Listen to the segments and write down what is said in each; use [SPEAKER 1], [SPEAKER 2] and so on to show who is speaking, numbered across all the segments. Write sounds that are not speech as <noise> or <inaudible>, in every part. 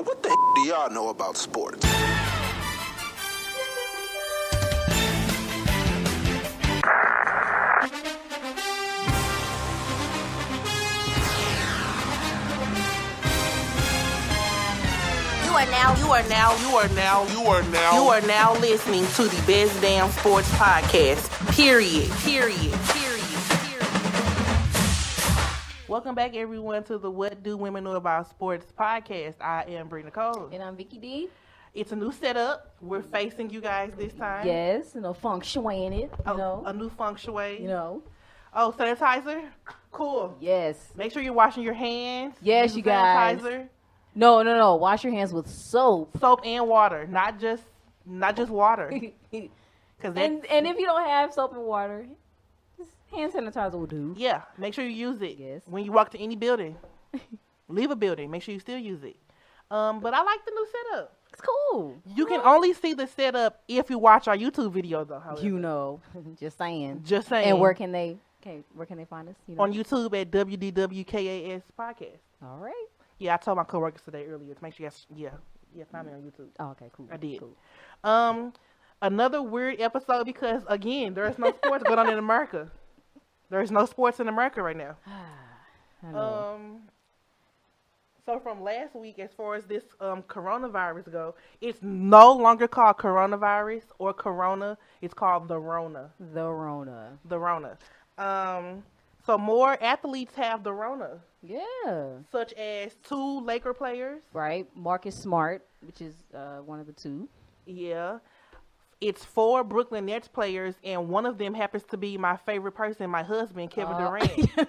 [SPEAKER 1] do y'all know about sports?
[SPEAKER 2] You are now, you are now, you are now, you are now, you are now listening to the Best Damn Sports Podcast. Period. Period. Period. Period. Welcome back, everyone, to the What Do Women Know About Sports Podcast. I am Brina Cole.
[SPEAKER 3] And I'm Vicky D.
[SPEAKER 2] It's a new setup. We're facing you guys this time.
[SPEAKER 3] Yes, you know, funk shuayin' it. You
[SPEAKER 2] A,
[SPEAKER 3] know,
[SPEAKER 2] a new feng shui.
[SPEAKER 3] you know.
[SPEAKER 2] Oh, sanitizer? Cool.
[SPEAKER 3] Yes.
[SPEAKER 2] Make sure you're washing your hands.
[SPEAKER 3] Yes,
[SPEAKER 2] Use
[SPEAKER 3] you guys.
[SPEAKER 2] sanitizer.
[SPEAKER 3] No, no, no. Wash your hands with soap. <laughs>
[SPEAKER 2] Soap and water, not just not just water.
[SPEAKER 3] and
[SPEAKER 2] Cause that,
[SPEAKER 3] and if you don't have soap and water, just hand sanitizer will do.
[SPEAKER 2] Yeah, make sure you use it.
[SPEAKER 3] Yes.
[SPEAKER 2] When you walk to any building, <laughs> leave a building. Make sure you still use it. Um, but I like the new setup.
[SPEAKER 3] It's cool.
[SPEAKER 2] You can only see the setup if you watch our YouTube video, though. However.
[SPEAKER 3] You know, <laughs> just saying.
[SPEAKER 2] Just saying.
[SPEAKER 3] And where can they? Okay, where can they find us? You know.
[SPEAKER 2] on YouTube at WDWKAS podcast.
[SPEAKER 3] All right.
[SPEAKER 2] Yeah, I told my coworkers today earlier to make sure you guys, yeah, yeah, find me on YouTube.
[SPEAKER 3] Oh, okay, cool.
[SPEAKER 2] I did. <sighs>
[SPEAKER 3] Cool.
[SPEAKER 2] Um, another weird episode because again, there is no sports going on in
[SPEAKER 3] <laughs>
[SPEAKER 2] America. There is no sports in America right now.
[SPEAKER 3] I know.
[SPEAKER 2] Um, so from last week, as far as this um, coronavirus go, it's no longer called coronavirus or corona. It's called the Rona.
[SPEAKER 3] the Rona.
[SPEAKER 2] The Rona. Um, so more athletes have the Rona,
[SPEAKER 3] Yeah.
[SPEAKER 2] such as two Laker players.
[SPEAKER 3] Right. Marcus Smart, which is uh, one of the two.
[SPEAKER 2] Yeah. It's four Brooklyn Nets players, and one of them happens to be my favorite person, my husband, Kevin
[SPEAKER 3] Uh,
[SPEAKER 2] Durant.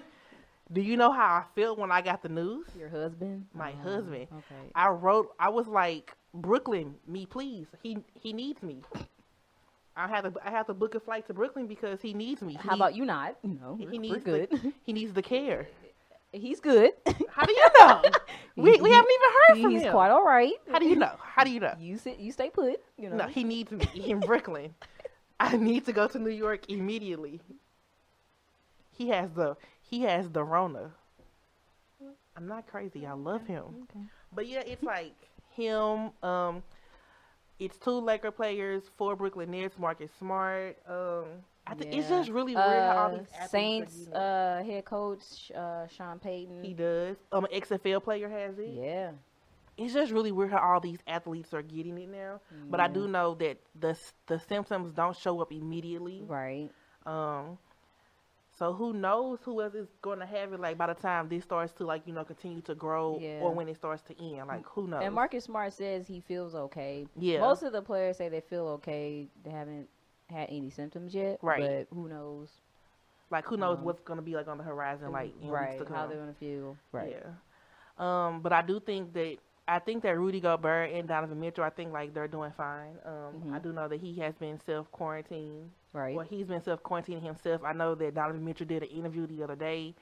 [SPEAKER 2] Do you know how I felt when I got the news?
[SPEAKER 3] <laughs> Your husband.
[SPEAKER 2] My
[SPEAKER 3] Oh,
[SPEAKER 2] husband.
[SPEAKER 3] Okay.
[SPEAKER 2] I wrote. I was like, Brooklyn, me please. He he needs me. I have to. I have to book a flight to Brooklyn because he needs me. He
[SPEAKER 3] How about you not? <laughs> No,
[SPEAKER 2] He
[SPEAKER 3] we're,
[SPEAKER 2] needs
[SPEAKER 3] we're good.
[SPEAKER 2] The, he needs the care.
[SPEAKER 3] <laughs> he's <laughs> good.
[SPEAKER 2] How do you know? we we
[SPEAKER 3] He-
[SPEAKER 2] haven't even heard from
[SPEAKER 3] he's
[SPEAKER 2] him.
[SPEAKER 3] quite all right.
[SPEAKER 2] How do you know? How do you know?
[SPEAKER 3] You sit. You stay put. You know.
[SPEAKER 2] No, he needs me <laughs> in Brooklyn. I need to go to New York immediately. He has the he has the Rona. I'm not crazy. I love him.
[SPEAKER 3] Okay.
[SPEAKER 2] But yeah, it's like him. Um, it's two Laker players, four Brooklyn Nets. Marcus Smart. Um, I think it's
[SPEAKER 3] Yeah.
[SPEAKER 2] just really weird how all
[SPEAKER 3] Uh,
[SPEAKER 2] these athletes are
[SPEAKER 3] Saints
[SPEAKER 2] getting it.
[SPEAKER 3] uh, head coach uh, Sean Payton.
[SPEAKER 2] he does. Um, an XFL player has it.
[SPEAKER 3] yeah.
[SPEAKER 2] It's just really weird how all these athletes are getting it now. But I
[SPEAKER 3] Yeah.
[SPEAKER 2] do know that the s- the symptoms don't show up immediately.
[SPEAKER 3] Right.
[SPEAKER 2] Um, so who knows who else is going to have it? Like by the time this starts to like you know continue to grow,
[SPEAKER 3] Yeah.
[SPEAKER 2] or when it starts to end, like who knows?
[SPEAKER 3] And Marcus Smart says he feels okay.
[SPEAKER 2] yeah,
[SPEAKER 3] Most of the players say they feel okay. They haven't had any symptoms yet.
[SPEAKER 2] Right.
[SPEAKER 3] But who knows?
[SPEAKER 2] like who knows
[SPEAKER 3] um,
[SPEAKER 2] what's going to be like on the horizon, like in
[SPEAKER 3] Mm, right.
[SPEAKER 2] weeks to come.
[SPEAKER 3] How they're gonna feel. Right.
[SPEAKER 2] Yeah. Um, but I do think that I think that Rudy Gobert and Donovan Mitchell, I think like they're doing fine. Um, I
[SPEAKER 3] Mhm.
[SPEAKER 2] do know that he has been self quarantined.
[SPEAKER 3] Right.
[SPEAKER 2] Well, he's been self quarantining himself. I know that Donovan Mitchell did an interview the other day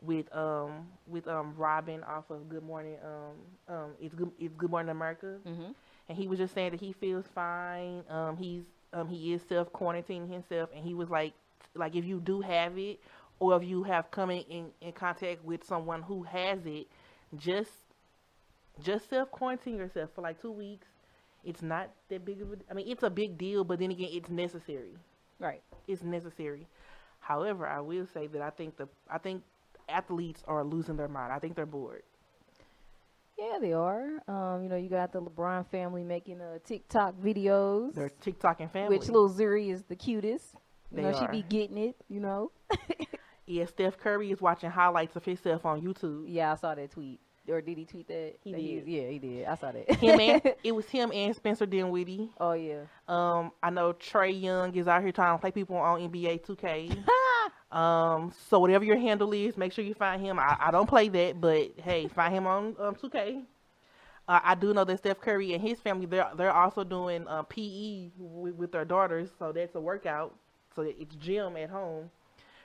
[SPEAKER 2] with um with um Robin off of Good Morning um um it's good it's Good Morning America,
[SPEAKER 3] Mhm.
[SPEAKER 2] and he was just saying that he feels fine. Um, he's um he is self quarantining himself, and he was like like if you do have it or if you have come in, in, in contact with someone who has it, just just self quarantine yourself for like two weeks. It's not that big of a. I mean, it's a big deal, but then again, it's necessary
[SPEAKER 3] Right.
[SPEAKER 2] is necessary. However, I will say that I think the I think athletes are losing their mind. I think they're bored.
[SPEAKER 3] Yeah, they are. Um, you know, you got the LeBron family making uh, TikTok videos,
[SPEAKER 2] They're TikTok and family.
[SPEAKER 3] which Lil Zuri is the cutest. You
[SPEAKER 2] They
[SPEAKER 3] know,
[SPEAKER 2] are.
[SPEAKER 3] she be getting it. You know.
[SPEAKER 2] yeah, Steph Curry is watching highlights of himself on
[SPEAKER 3] <laughs>
[SPEAKER 2] YouTube.
[SPEAKER 3] <laughs> Yeah, I saw that tweet. Or did he tweet that?
[SPEAKER 2] He
[SPEAKER 3] That
[SPEAKER 2] did.
[SPEAKER 3] Yeah, he did. I saw that.
[SPEAKER 2] Him and it was him and Spencer Dinwiddie.
[SPEAKER 3] <laughs> oh yeah.
[SPEAKER 2] Um, I know Trey Young is out here trying to play people on NBA 2K. Um, so whatever your handle is, make sure you find him. I, I don't play that, but hey, find him on um, 2K. Uh, I do know that Steph Curry and his family they're they're also doing uh, PE with, with their daughters, so that's a workout. So it's gym at home.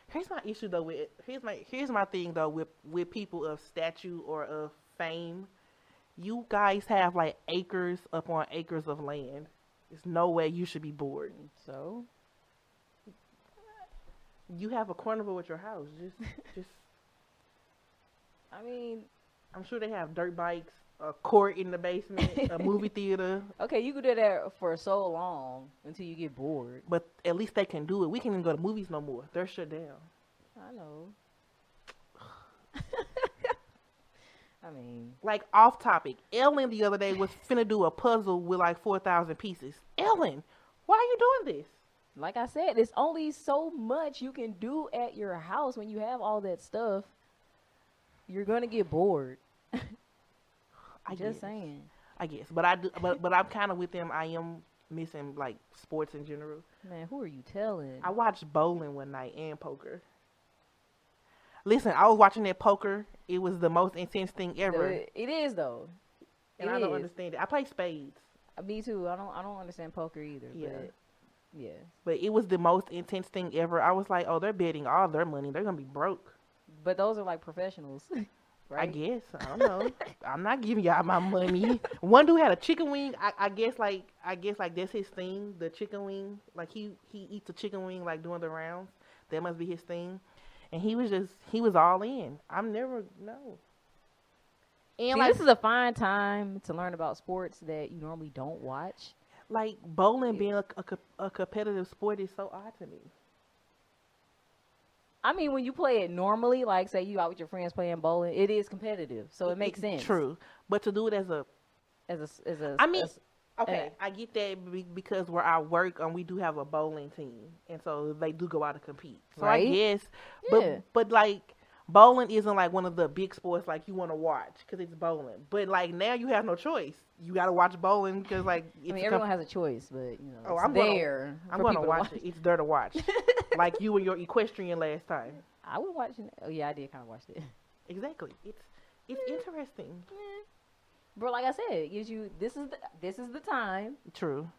[SPEAKER 2] Here's my issue though with here's my here's my thing though with with people of statue or of fame. You guys have like acres upon acres of land. There's no way you should be bored.
[SPEAKER 3] so
[SPEAKER 2] You have a carnival at your house. Just just
[SPEAKER 3] I mean,
[SPEAKER 2] I'm sure they have dirt bikes, a court in the basement,
[SPEAKER 3] <laughs>
[SPEAKER 2] a movie theater,
[SPEAKER 3] Okay, you could do that for so long until you get bored.
[SPEAKER 2] but at least they can do it. We can't even go to movies no more. They're shut down.
[SPEAKER 3] I know. <laughs> I mean,
[SPEAKER 2] Like off topic, Ellen the other day was finna do a puzzle with like four thousand pieces. Ellen, why are you doing this?
[SPEAKER 3] like I said, there's only so much you can do at your house when you have all that stuff. You're gonna get bored.
[SPEAKER 2] I
[SPEAKER 3] Just
[SPEAKER 2] guess.
[SPEAKER 3] saying.
[SPEAKER 2] I guess, but I do, but but I'm kind of with them. I am missing like sports in general.
[SPEAKER 3] Man, who are you telling?
[SPEAKER 2] I watched bowling one night and poker. Listen, I was watching that poker. It was the most intense thing
[SPEAKER 3] Though
[SPEAKER 2] ever,
[SPEAKER 3] it- it is though.
[SPEAKER 2] and
[SPEAKER 3] it
[SPEAKER 2] I don't
[SPEAKER 3] is.
[SPEAKER 2] understand it. I play spades,
[SPEAKER 3] Me too. I don't. I don't understand poker either.
[SPEAKER 2] Yeah.
[SPEAKER 3] But yeah,
[SPEAKER 2] but it was the most intense thing ever. I was like, oh, they're betting all their money. They're gonna be broke.
[SPEAKER 3] but those are like professionals, <laughs>
[SPEAKER 2] I
[SPEAKER 3] right?
[SPEAKER 2] guess. I don't
[SPEAKER 3] <laughs>
[SPEAKER 2] know. I'm not giving y'all my money. One dude had a chicken wing. I, I guess like I guess like that's his thing, the chicken wing. Like he he eats a chicken wing like doing the rounds. That must be his thing. And he was just he was all in. I'm never no. And
[SPEAKER 3] See,
[SPEAKER 2] like
[SPEAKER 3] this is a fine time to learn about sports that you normally don't watch.
[SPEAKER 2] like bowling being a, a, co- a competitive sport is so odd to me.
[SPEAKER 3] I mean, when you play it normally, like say you out with your friends playing bowling, it is competitive, so it makes sense.
[SPEAKER 2] True, but to do it as a
[SPEAKER 3] As a, as a,
[SPEAKER 2] I mean,
[SPEAKER 3] as-
[SPEAKER 2] okay, I get that be- because where I work, um, we do have a bowling team, and so they do go out to compete. So I
[SPEAKER 3] Right.
[SPEAKER 2] guess
[SPEAKER 3] Yeah.
[SPEAKER 2] But but like bowling isn't like one of the big sports like you want to watch because it's bowling. But like now you have no choice. You got to watch bowling because like
[SPEAKER 3] I
[SPEAKER 2] it's
[SPEAKER 3] mean,
[SPEAKER 2] a
[SPEAKER 3] everyone
[SPEAKER 2] com-
[SPEAKER 3] has a choice, but you know,
[SPEAKER 2] Oh,
[SPEAKER 3] it's
[SPEAKER 2] I'm gonna-
[SPEAKER 3] there.
[SPEAKER 2] I'm
[SPEAKER 3] for
[SPEAKER 2] gonna
[SPEAKER 3] people to
[SPEAKER 2] watch it. It's there to
[SPEAKER 3] <laughs>
[SPEAKER 2] watch, like you and your equestrian last time.
[SPEAKER 3] I was watching. Oh yeah, I did kind of watch it. <laughs>
[SPEAKER 2] Exactly. It's it's interesting.
[SPEAKER 3] But like I said, it gives you this is the, this is the time
[SPEAKER 2] True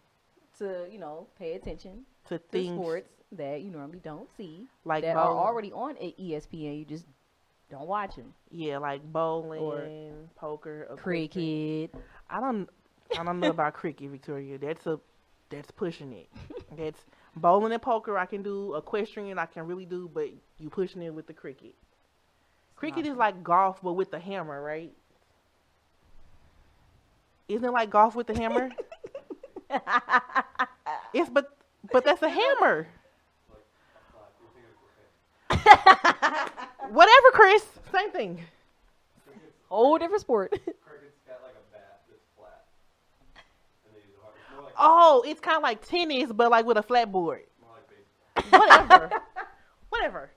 [SPEAKER 3] to you know pay attention
[SPEAKER 2] to
[SPEAKER 3] to
[SPEAKER 2] things
[SPEAKER 3] sports that you normally don't see
[SPEAKER 2] like
[SPEAKER 3] that
[SPEAKER 2] bowling.
[SPEAKER 3] are already on E- ESPN. You just don't watch them.
[SPEAKER 2] yeah, like bowling, poker, equestrian.
[SPEAKER 3] Cricket.
[SPEAKER 2] I don't I don't know about cricket, Victoria. That's a that's pushing it. That's bowling and poker I can do, equestrian I can really do, but you pushing it with the cricket. Cricket is like golf but with the hammer, right? Isn't it like golf with the hammer? it's but but that's a hammer. <laughs> Whatever, Chris. Same thing.
[SPEAKER 3] Whole
[SPEAKER 2] <laughs>
[SPEAKER 3] different sport.
[SPEAKER 1] Cricket's got like a bat that's flat. And they use a hard. It's more like,
[SPEAKER 2] Oh, it's kind of like tennis, but like with a flat board.
[SPEAKER 1] more like baseball.
[SPEAKER 2] whatever, whatever.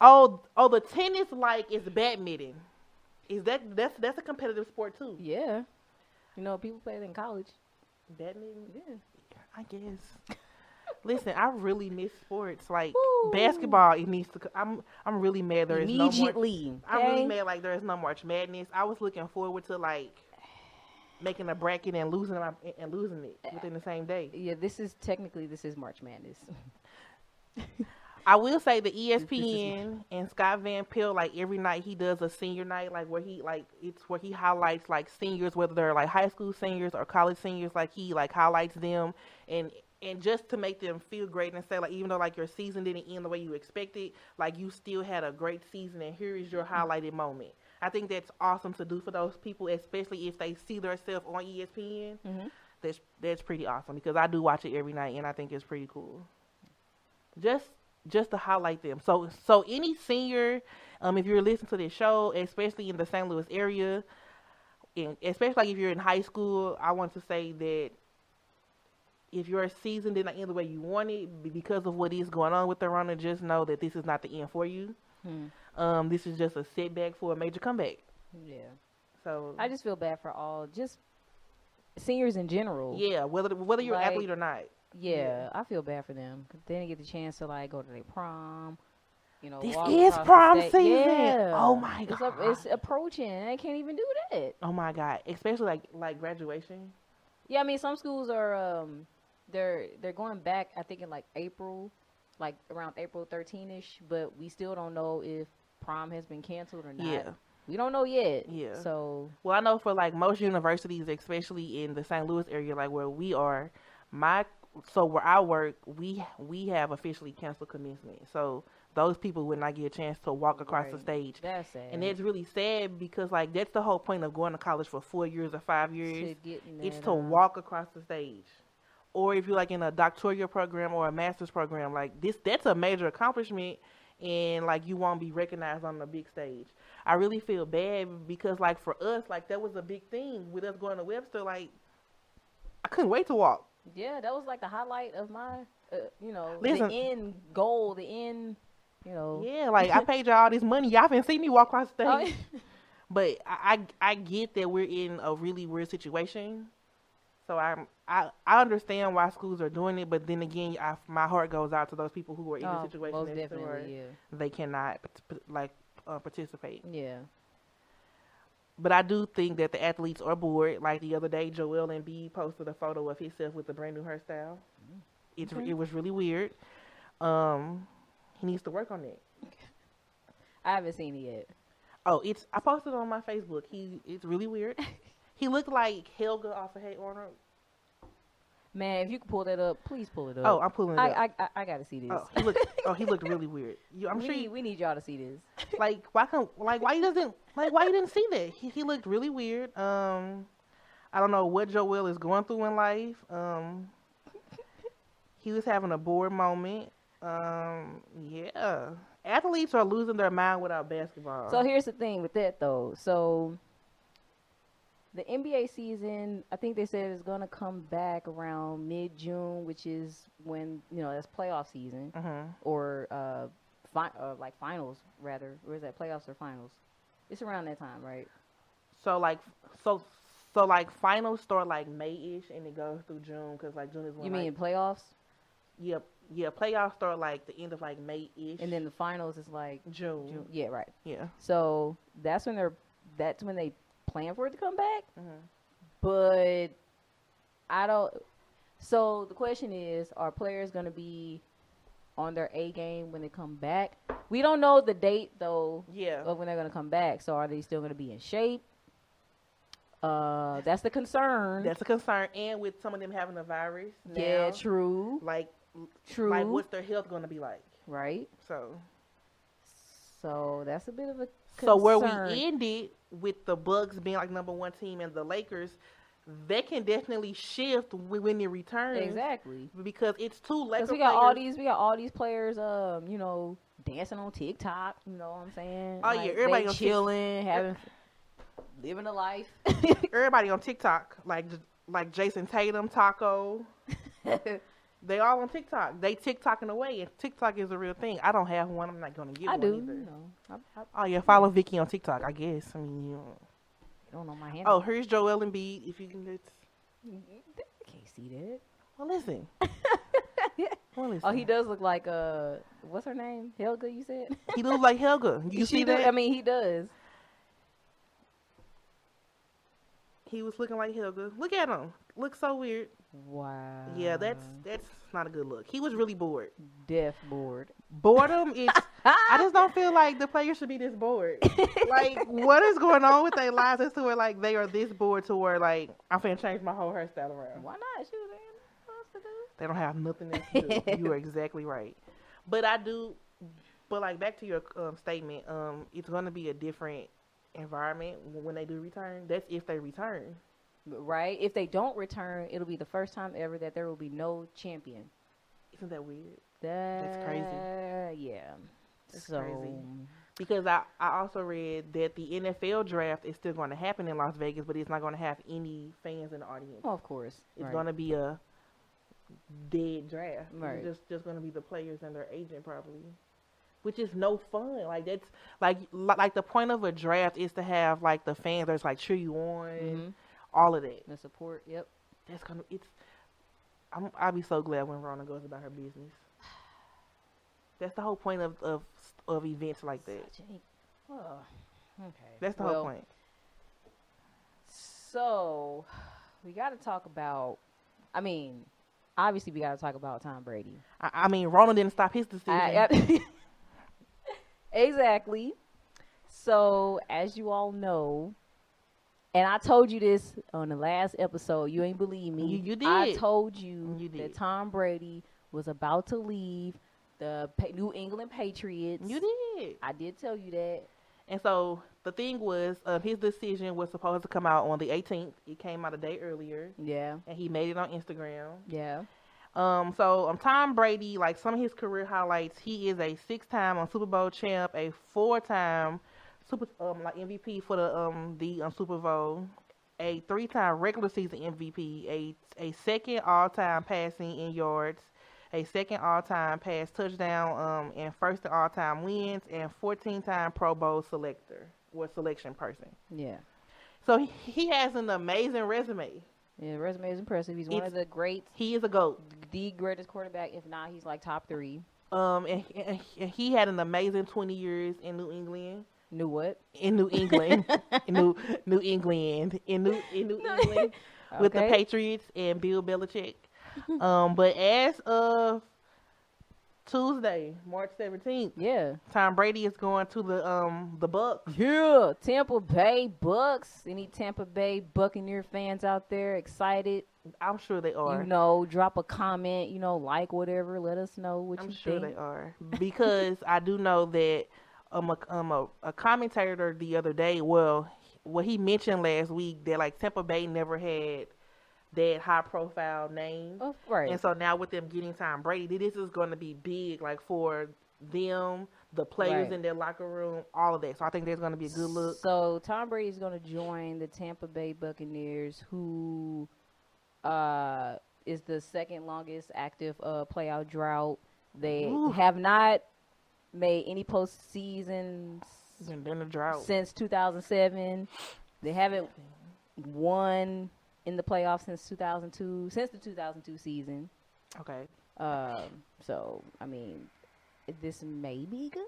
[SPEAKER 2] Oh, oh, the tennis like is badminton. Is that that's that's a competitive sport too?
[SPEAKER 3] yeah. You know, people play it in college.
[SPEAKER 2] Badminton,
[SPEAKER 3] Yeah.
[SPEAKER 2] I guess. <laughs> Listen, I really miss sports like
[SPEAKER 3] Woo.
[SPEAKER 2] basketball. It needs to. c- I'm I'm really mad there is no more.
[SPEAKER 3] Immediately.
[SPEAKER 2] I'm really
[SPEAKER 3] okay?
[SPEAKER 2] mad like there is no March Madness. I was looking forward to like making a bracket and losing my, and losing it within the same day.
[SPEAKER 3] Yeah, this is technically this is
[SPEAKER 2] <laughs>
[SPEAKER 3] March Madness.
[SPEAKER 2] I will say the E
[SPEAKER 3] this is-
[SPEAKER 2] ESPN and Scott Van Pelt, like every night he does a senior night, like where he like it's where he highlights like seniors, whether they're like high school seniors or college seniors, like he like highlights them and and just to make them feel great and say like even though like your season didn't end the way you expected, like you still had a great season and here is your
[SPEAKER 3] Mm-hmm.
[SPEAKER 2] highlighted moment. I think that's awesome to do for those people, especially if they see themselves on E ESPN.
[SPEAKER 3] Mhm.
[SPEAKER 2] That's that's pretty awesome because I do watch it every night and I think it's pretty cool. Just just to highlight them. So so any senior, um, if you're listening to this show, especially in the St. Louis area, and especially like if you're in high school, I want to say that if your season did not end the way you wanted be- because of what is going on with the runner, just know that this is not the end for you.
[SPEAKER 3] Hmm.
[SPEAKER 2] Um, this is just a setback for a major comeback.
[SPEAKER 3] Yeah.
[SPEAKER 2] So
[SPEAKER 3] I just feel bad for all just seniors in general.
[SPEAKER 2] yeah, whether whether you're
[SPEAKER 3] Like-
[SPEAKER 2] an athlete or not,
[SPEAKER 3] Yeah,
[SPEAKER 2] Yeah.
[SPEAKER 3] I feel bad for them. 'cause They didn't get the chance to like go to their prom. You know,
[SPEAKER 2] This
[SPEAKER 3] walk
[SPEAKER 2] is
[SPEAKER 3] across the
[SPEAKER 2] prom
[SPEAKER 3] state-
[SPEAKER 2] season.
[SPEAKER 3] Yeah.
[SPEAKER 2] Oh my
[SPEAKER 3] It's,
[SPEAKER 2] god.
[SPEAKER 3] up, it's approaching. and They can't even do that.
[SPEAKER 2] oh my god. Especially like like graduation.
[SPEAKER 3] Yeah, I mean, some schools are um, they're they're going back. I think in like April, like around April 13ish. But we still don't know if prom has been canceled or not.
[SPEAKER 2] Yeah.
[SPEAKER 3] we don't know yet.
[SPEAKER 2] Yeah.
[SPEAKER 3] So
[SPEAKER 2] Well, I know for like most universities, especially in the St. Louis area, like where we are, my so where I work, we we have officially canceled commencement. So those people would not get a chance to walk across the
[SPEAKER 3] Right.
[SPEAKER 2] stage.
[SPEAKER 3] That's sad.
[SPEAKER 2] And that's really sad because like that's the whole point of going to college for four years or five years.
[SPEAKER 3] to getting
[SPEAKER 2] It's
[SPEAKER 3] that,
[SPEAKER 2] to
[SPEAKER 3] um,
[SPEAKER 2] walk across the stage. Or if you're like in a doctoral program or a master's program, like this that's a major accomplishment and like you won't be recognized on the big stage. I really feel bad because like for us, like that was a big thing with us going to Webster, like I couldn't wait to walk.
[SPEAKER 3] Yeah, that was like the highlight of my, uh, you know,
[SPEAKER 2] Listen.
[SPEAKER 3] the end goal, the end, you know. <laughs>
[SPEAKER 2] Yeah, like I paid y'all all this money. Y'all haven't seen me walk across the
[SPEAKER 3] Oh,
[SPEAKER 2] stage. but I, I I get that we're in a really weird situation. So I'm I, I understand why schools are doing it, but then again, I, my heart goes out to those people who are in
[SPEAKER 3] oh,
[SPEAKER 2] the situation
[SPEAKER 3] most
[SPEAKER 2] that's to where
[SPEAKER 3] definitely,
[SPEAKER 2] they cannot p- p- like uh, participate.
[SPEAKER 3] yeah. Yeah.
[SPEAKER 2] But I do think that the athletes are bored. Like the other day, Joel Embiid posted a photo of himself with a brand new hairstyle. It's
[SPEAKER 3] Mm. Okay.
[SPEAKER 2] it was really weird. Um, he needs to work on it.
[SPEAKER 3] I haven't seen it yet.
[SPEAKER 2] Oh, it's I posted on my Facebook. He it's really weird.
[SPEAKER 3] <laughs>
[SPEAKER 2] he looked like Helga off of Hey Arnold.
[SPEAKER 3] Man, if you could pull that up, please pull it up.
[SPEAKER 2] Oh, I'm pulling it
[SPEAKER 3] I,
[SPEAKER 2] up.
[SPEAKER 3] I, I, I gotta see this.
[SPEAKER 2] Oh, he looked. Oh, he looked really weird. You, I'm
[SPEAKER 3] we,
[SPEAKER 2] sure.
[SPEAKER 3] need,
[SPEAKER 2] You,
[SPEAKER 3] we need y'all to see this.
[SPEAKER 2] like, why can like why he doesn't like why you didn't see that? He he looked really weird. Um, I don't know what Joel is going through in life. Um, he was having a bored moment. Um, yeah, athletes are losing their mind without basketball.
[SPEAKER 3] So here's the thing with that though. So the NBA season, I think they said is gonna come back around mid June, which is when you know that's playoff season
[SPEAKER 2] Mhm.
[SPEAKER 3] or uh, fi- uh like finals rather. Or is that playoffs or finals? It's around that time, right?
[SPEAKER 2] So like so so like finals start like May ish and it goes through June because like June is when
[SPEAKER 3] you
[SPEAKER 2] like,
[SPEAKER 3] mean playoffs,
[SPEAKER 2] yeah yeah playoffs start like the end of like May ish
[SPEAKER 3] and then the finals is like June.
[SPEAKER 2] June
[SPEAKER 3] Yeah, right.
[SPEAKER 2] yeah.
[SPEAKER 3] So that's when they're that's when they plan for it to come back.
[SPEAKER 2] Mhm.
[SPEAKER 3] But I don't. So the question is, are players going to be on their A game when they come back? We don't know the date though
[SPEAKER 2] Yeah.
[SPEAKER 3] of when they're going to come back. So are they still going to be in shape? Uh, that's the concern.
[SPEAKER 2] That's a concern. And with some of them having a virus.
[SPEAKER 3] yeah,
[SPEAKER 2] now,
[SPEAKER 3] true,
[SPEAKER 2] Like,
[SPEAKER 3] true,
[SPEAKER 2] like what's their health going to be like?
[SPEAKER 3] right?
[SPEAKER 2] So,
[SPEAKER 3] So that's a bit of a concern.
[SPEAKER 2] so where we ended with the Bucks being like number one team and the Lakers, they can definitely shift wh- when it returns.
[SPEAKER 3] exactly
[SPEAKER 2] Because it's two Lakers.
[SPEAKER 3] because we got all
[SPEAKER 2] players-
[SPEAKER 3] these we got all these players um you know dancing on TikTok you know what I'm saying
[SPEAKER 2] Oh, yeah,
[SPEAKER 3] Like,
[SPEAKER 2] everybody
[SPEAKER 3] they
[SPEAKER 2] on Tik-
[SPEAKER 3] chilling having living a life <laughs>
[SPEAKER 2] everybody on TikTok, like J- like Jason Tatum, Taco.
[SPEAKER 3] I
[SPEAKER 2] They all on TikTok. They TikToking away, and TikTok is a real thing. I don't have one. I'm not gonna get one
[SPEAKER 3] do
[SPEAKER 2] either.
[SPEAKER 3] you know I, I
[SPEAKER 2] Oh yeah, follow Vicky on TikTok. I guess. I mean, you know.
[SPEAKER 3] don't know my hand
[SPEAKER 2] oh, here's Joel Embiid. If you can, it's,
[SPEAKER 3] I can't see that
[SPEAKER 2] Well, listen. <laughs> well, listen.
[SPEAKER 3] oh he does look like uh what's her name Helga you said <laughs>
[SPEAKER 2] He looks like <laughs> Helga. You
[SPEAKER 3] She
[SPEAKER 2] see
[SPEAKER 3] do-
[SPEAKER 2] that?
[SPEAKER 3] I mean he does
[SPEAKER 2] he was looking like Helga. Look at him. Looks so weird.
[SPEAKER 3] wow
[SPEAKER 2] yeah, that's that's not a good look. He was really <laughs> bored.
[SPEAKER 3] deaf board
[SPEAKER 2] Boredom is. I just don't feel like the players should be this bored. Like, what is going on with their lives as to where like they are this bored to where like I'm finna change my whole hairstyle around.
[SPEAKER 3] why not she was in what else to do
[SPEAKER 2] They don't have nothing else to do. you are exactly right. But I do. But like back to your um, statement, um, it's going to be a different environment wh- when they do return. That's if they return.
[SPEAKER 3] right? If they don't return, it'll be the first time ever that there will be no champion.
[SPEAKER 2] Isn't that weird?
[SPEAKER 3] That's
[SPEAKER 2] crazy.
[SPEAKER 3] Yeah.
[SPEAKER 2] That's
[SPEAKER 3] so,
[SPEAKER 2] crazy. Because I, I also read that the NFL draft is still going to happen in Las Vegas, but it's not going to have any fans in the audience.
[SPEAKER 3] well, of course,
[SPEAKER 2] It's
[SPEAKER 3] right.
[SPEAKER 2] going to be a dead draft. It's
[SPEAKER 3] Right.
[SPEAKER 2] just just going to be the players and their agent probably, which is no fun. Like that's like li- like the point of a draft is to have like the fans that's like cheer you on,
[SPEAKER 3] Mhm.
[SPEAKER 2] all of that.
[SPEAKER 3] the support. Yep.
[SPEAKER 2] That's gonna it's. I'm I'll be so glad when Rona goes about her business. That's the whole point of of of events like that.
[SPEAKER 3] Such an- Ugh. okay.
[SPEAKER 2] That's the
[SPEAKER 3] Well,
[SPEAKER 2] whole point.
[SPEAKER 3] So, we got to talk about. I mean, obviously, we got to talk about Tom Brady.
[SPEAKER 2] I, I mean, Ronald didn't stop his decision.
[SPEAKER 3] I- <laughs> exactly. So, as you all know, and I told you this on the last episode. You ain't believe me.
[SPEAKER 2] You- you
[SPEAKER 3] I
[SPEAKER 2] did.
[SPEAKER 3] told you,
[SPEAKER 2] You did.
[SPEAKER 3] that Tom Brady was about to leave the pa- New England Patriots.
[SPEAKER 2] You did.
[SPEAKER 3] I did tell you that.
[SPEAKER 2] And so the thing was, um, his decision was supposed to come out on the 18th. It came out a day earlier,
[SPEAKER 3] Yeah.
[SPEAKER 2] and he made it on Instagram.
[SPEAKER 3] Yeah.
[SPEAKER 2] Um, so um, Tom Brady, like some of his career highlights, he is a six-time um, Super Bowl champ, a four-time Super um, like MVP for the um the um, Super Bowl, a three-time regular season MVP, a a second all-time passing in yards, a second all-time pass touchdown, um, and first in all-time wins, and 14-time Pro Bowl selector or selection person.
[SPEAKER 3] Yeah.
[SPEAKER 2] So he, he has an amazing resume.
[SPEAKER 3] Yeah, the resume is impressive. He's one of the greats,
[SPEAKER 2] He is a goat.
[SPEAKER 3] the greatest quarterback. If not, he's like top three.
[SPEAKER 2] Um, and, and, and he had an amazing twenty years in New England.
[SPEAKER 3] Knew what?
[SPEAKER 2] In New
[SPEAKER 3] <laughs>
[SPEAKER 2] England, in New New England, in New in New
[SPEAKER 3] No. <laughs>
[SPEAKER 2] England with the
[SPEAKER 3] Okay.
[SPEAKER 2] Patriots and Bill Belichick. Um, but as of Tuesday, March seventeenth,
[SPEAKER 3] Yeah.
[SPEAKER 2] Tom Brady is going to the um the Bucks.
[SPEAKER 3] Yeah. Tampa Bay Bucks. Any Tampa Bay Buccaneer fans out there excited?
[SPEAKER 2] I'm sure they are.
[SPEAKER 3] You know, drop a comment. You know, like whatever. Let us know what
[SPEAKER 2] I'm
[SPEAKER 3] you
[SPEAKER 2] sure
[SPEAKER 3] think.
[SPEAKER 2] they are because I do know that um a, um a, a commentator the other day, well, what he mentioned last week that like Tampa Bay never had that high profile name,
[SPEAKER 3] Of Oh, right.
[SPEAKER 2] and so now with them getting Tom Brady, this is going to be big like for them, the players
[SPEAKER 3] Right.
[SPEAKER 2] in their locker room, all of that. So I think there's going to be a good look.
[SPEAKER 3] So Tom Brady's going to join the Tampa Bay Buccaneers, who uh, is the second longest active uh, playoff drought. They
[SPEAKER 2] Ooh.
[SPEAKER 3] have not made any postseason s-
[SPEAKER 2] And then the drought.
[SPEAKER 3] since 2007. They haven't won in the playoffs since 2002, since the 2002 season.
[SPEAKER 2] Okay.
[SPEAKER 3] Um, so I mean, this may be good.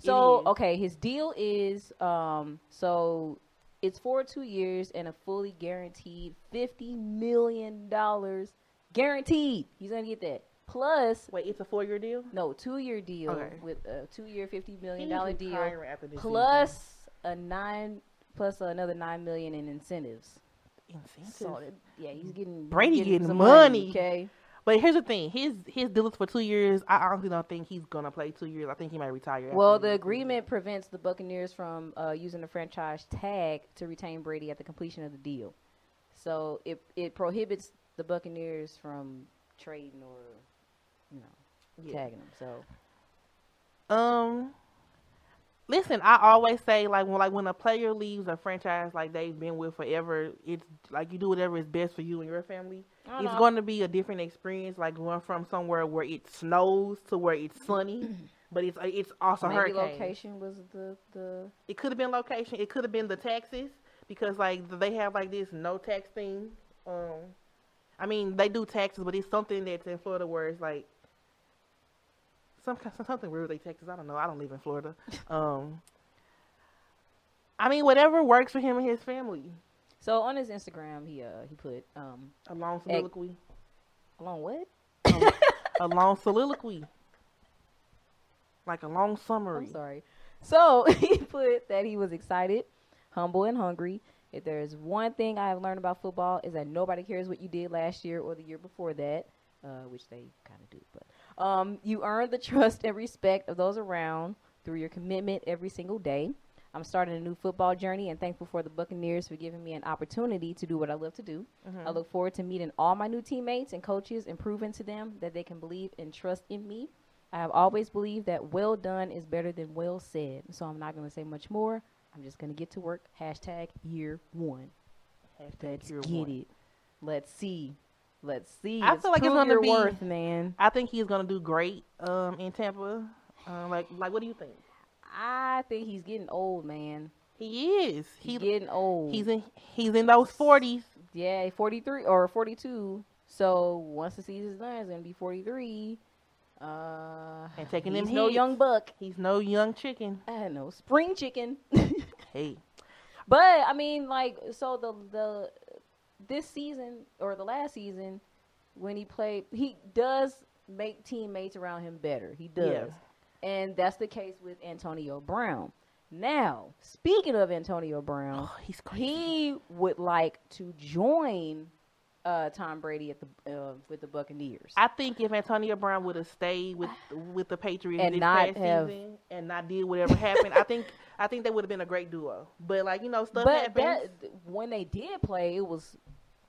[SPEAKER 3] So
[SPEAKER 2] is.
[SPEAKER 3] okay, his deal is um, so it's for two years and a fully guaranteed fifty million dollars guaranteed. He's gonna get that plus
[SPEAKER 2] Wait, it's a four year deal.
[SPEAKER 3] no two year deal
[SPEAKER 2] Okay.
[SPEAKER 3] with a two year fifty
[SPEAKER 2] He's
[SPEAKER 3] million dollar deal
[SPEAKER 2] retiring after this
[SPEAKER 3] plus a nine plus another nine million in incentives.
[SPEAKER 2] season. Incentives.
[SPEAKER 3] So yeah, he's getting
[SPEAKER 2] Brady
[SPEAKER 3] he's
[SPEAKER 2] getting
[SPEAKER 3] some
[SPEAKER 2] money.
[SPEAKER 3] Okay,
[SPEAKER 2] But here's the thing: his his deal is for two years. I honestly don't think he's gonna play two years. I think he might retire. after
[SPEAKER 3] Well, the
[SPEAKER 2] year.
[SPEAKER 3] agreement prevents the Buccaneers from uh, using the franchise tag to retain Brady at the completion of the deal. So it it prohibits the Buccaneers from trading or you know
[SPEAKER 2] Yeah.
[SPEAKER 3] tagging him. So
[SPEAKER 2] Um, listen, I always say like when like when a player leaves a franchise like they've been with forever, it's like you do whatever is best for you and your family. It's going to be a different experience, like going from somewhere where it snows to where it's sunny,
[SPEAKER 3] <clears throat>
[SPEAKER 2] but it's it's also
[SPEAKER 3] maybe
[SPEAKER 2] hurricane.
[SPEAKER 3] location was the the
[SPEAKER 2] It could have been location. It could have been the taxes because like th- they have like this no tax thing. Um, I mean they do taxes, but it's something that's in Florida where it's like some kind- something weird with they taxes. I don't know. I don't live in
[SPEAKER 3] <laughs>
[SPEAKER 2] Florida. Um, I mean whatever works for him and his family.
[SPEAKER 3] so on his Instagram he uh he put um
[SPEAKER 2] A long
[SPEAKER 3] Ex-
[SPEAKER 2] soliloquy.
[SPEAKER 3] along what
[SPEAKER 2] a long soliloquy. Like a long summary.
[SPEAKER 3] I'm sorry. So <laughs> he put that he was excited, humble, and hungry. If there is one thing I have learned about football is that nobody cares what you did last year or the year before that, uh, which they kind of do. But um, you earn the <laughs> trust and respect of those around through your commitment every single day. I'm starting a new football journey and thankful for the Buccaneers for giving me an opportunity to do what I love to do.
[SPEAKER 2] Mhm.
[SPEAKER 3] I look forward to meeting all my new teammates and coaches and proving to them that they can believe and trust in me. I have always believed that well done is better than well said. So I'm not going to say much more. I'm just going to get to work. Hashtag year one. Let's
[SPEAKER 2] Year
[SPEAKER 3] get
[SPEAKER 2] one.
[SPEAKER 3] it. Let's see. Let's see.
[SPEAKER 2] I
[SPEAKER 3] Let's
[SPEAKER 2] feel like it's
[SPEAKER 3] prove
[SPEAKER 2] gonna
[SPEAKER 3] your
[SPEAKER 2] be-
[SPEAKER 3] worth, man.
[SPEAKER 2] I think he's gonna do great um, in Tampa. Um, like, like, what do you think?
[SPEAKER 3] I think he's getting old, man.
[SPEAKER 2] He is.
[SPEAKER 3] He's
[SPEAKER 2] He
[SPEAKER 3] getting old.
[SPEAKER 2] He's in he's in those forties.
[SPEAKER 3] yeah, 43 or 42. So once the season's done, it's going to be 43. Uh,
[SPEAKER 2] And taking
[SPEAKER 3] he's
[SPEAKER 2] them
[SPEAKER 3] no
[SPEAKER 2] hits.
[SPEAKER 3] young buck.
[SPEAKER 2] He's no young chicken.
[SPEAKER 3] I don't know spring chicken. <laughs>
[SPEAKER 2] Hey,
[SPEAKER 3] But I mean, like, so the the this season or the last season when he played, he does make teammates around him better. He
[SPEAKER 2] Yeah.
[SPEAKER 3] does, and that's the case with Antonio Brown. Now,
[SPEAKER 2] Oh,
[SPEAKER 3] speaking of Antonio Brown,
[SPEAKER 2] he's crazy.
[SPEAKER 3] he would like to join uh, Tom Brady at the uh, with the Buccaneers.
[SPEAKER 2] I think if Antonio Brown would have stayed with with the Patriots
[SPEAKER 3] And
[SPEAKER 2] this
[SPEAKER 3] not
[SPEAKER 2] past
[SPEAKER 3] have-
[SPEAKER 2] season and not did whatever happened, I think I think they would have been a great duo. But like you know, stuff
[SPEAKER 3] but
[SPEAKER 2] happens.
[SPEAKER 3] that, when they did play, it was